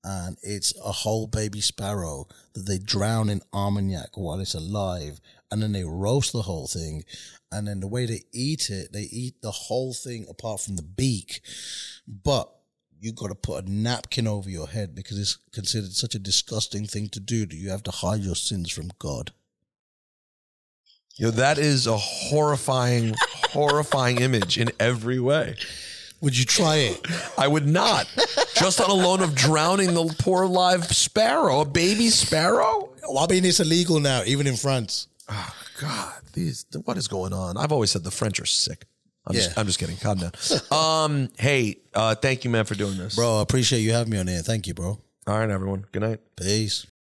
Speaker 8: and it's a whole baby sparrow that they drown in armagnac while it's alive, and then they roast the whole thing, and then the way they eat it, they eat the whole thing apart from the beak, but you got to put a napkin over your head because it's considered such a disgusting thing to do that you have to hide your sins from God.
Speaker 2: Yo, that is a horrifying, horrifying image in every way.
Speaker 8: Would you try it?
Speaker 2: I would not. Just on a loan of drowning the poor live sparrow, a baby sparrow.
Speaker 8: Well, I mean, it's illegal now, even in France.
Speaker 2: Oh God, these what is going on? I've always said the French are sick. I'm
Speaker 8: Yeah.
Speaker 2: just I'm just kidding. Calm down. Um, hey, uh, thank you, man, for doing this.
Speaker 8: Bro, I appreciate you having me on here. Thank you, bro.
Speaker 2: All right, everyone. Good night.
Speaker 8: Peace.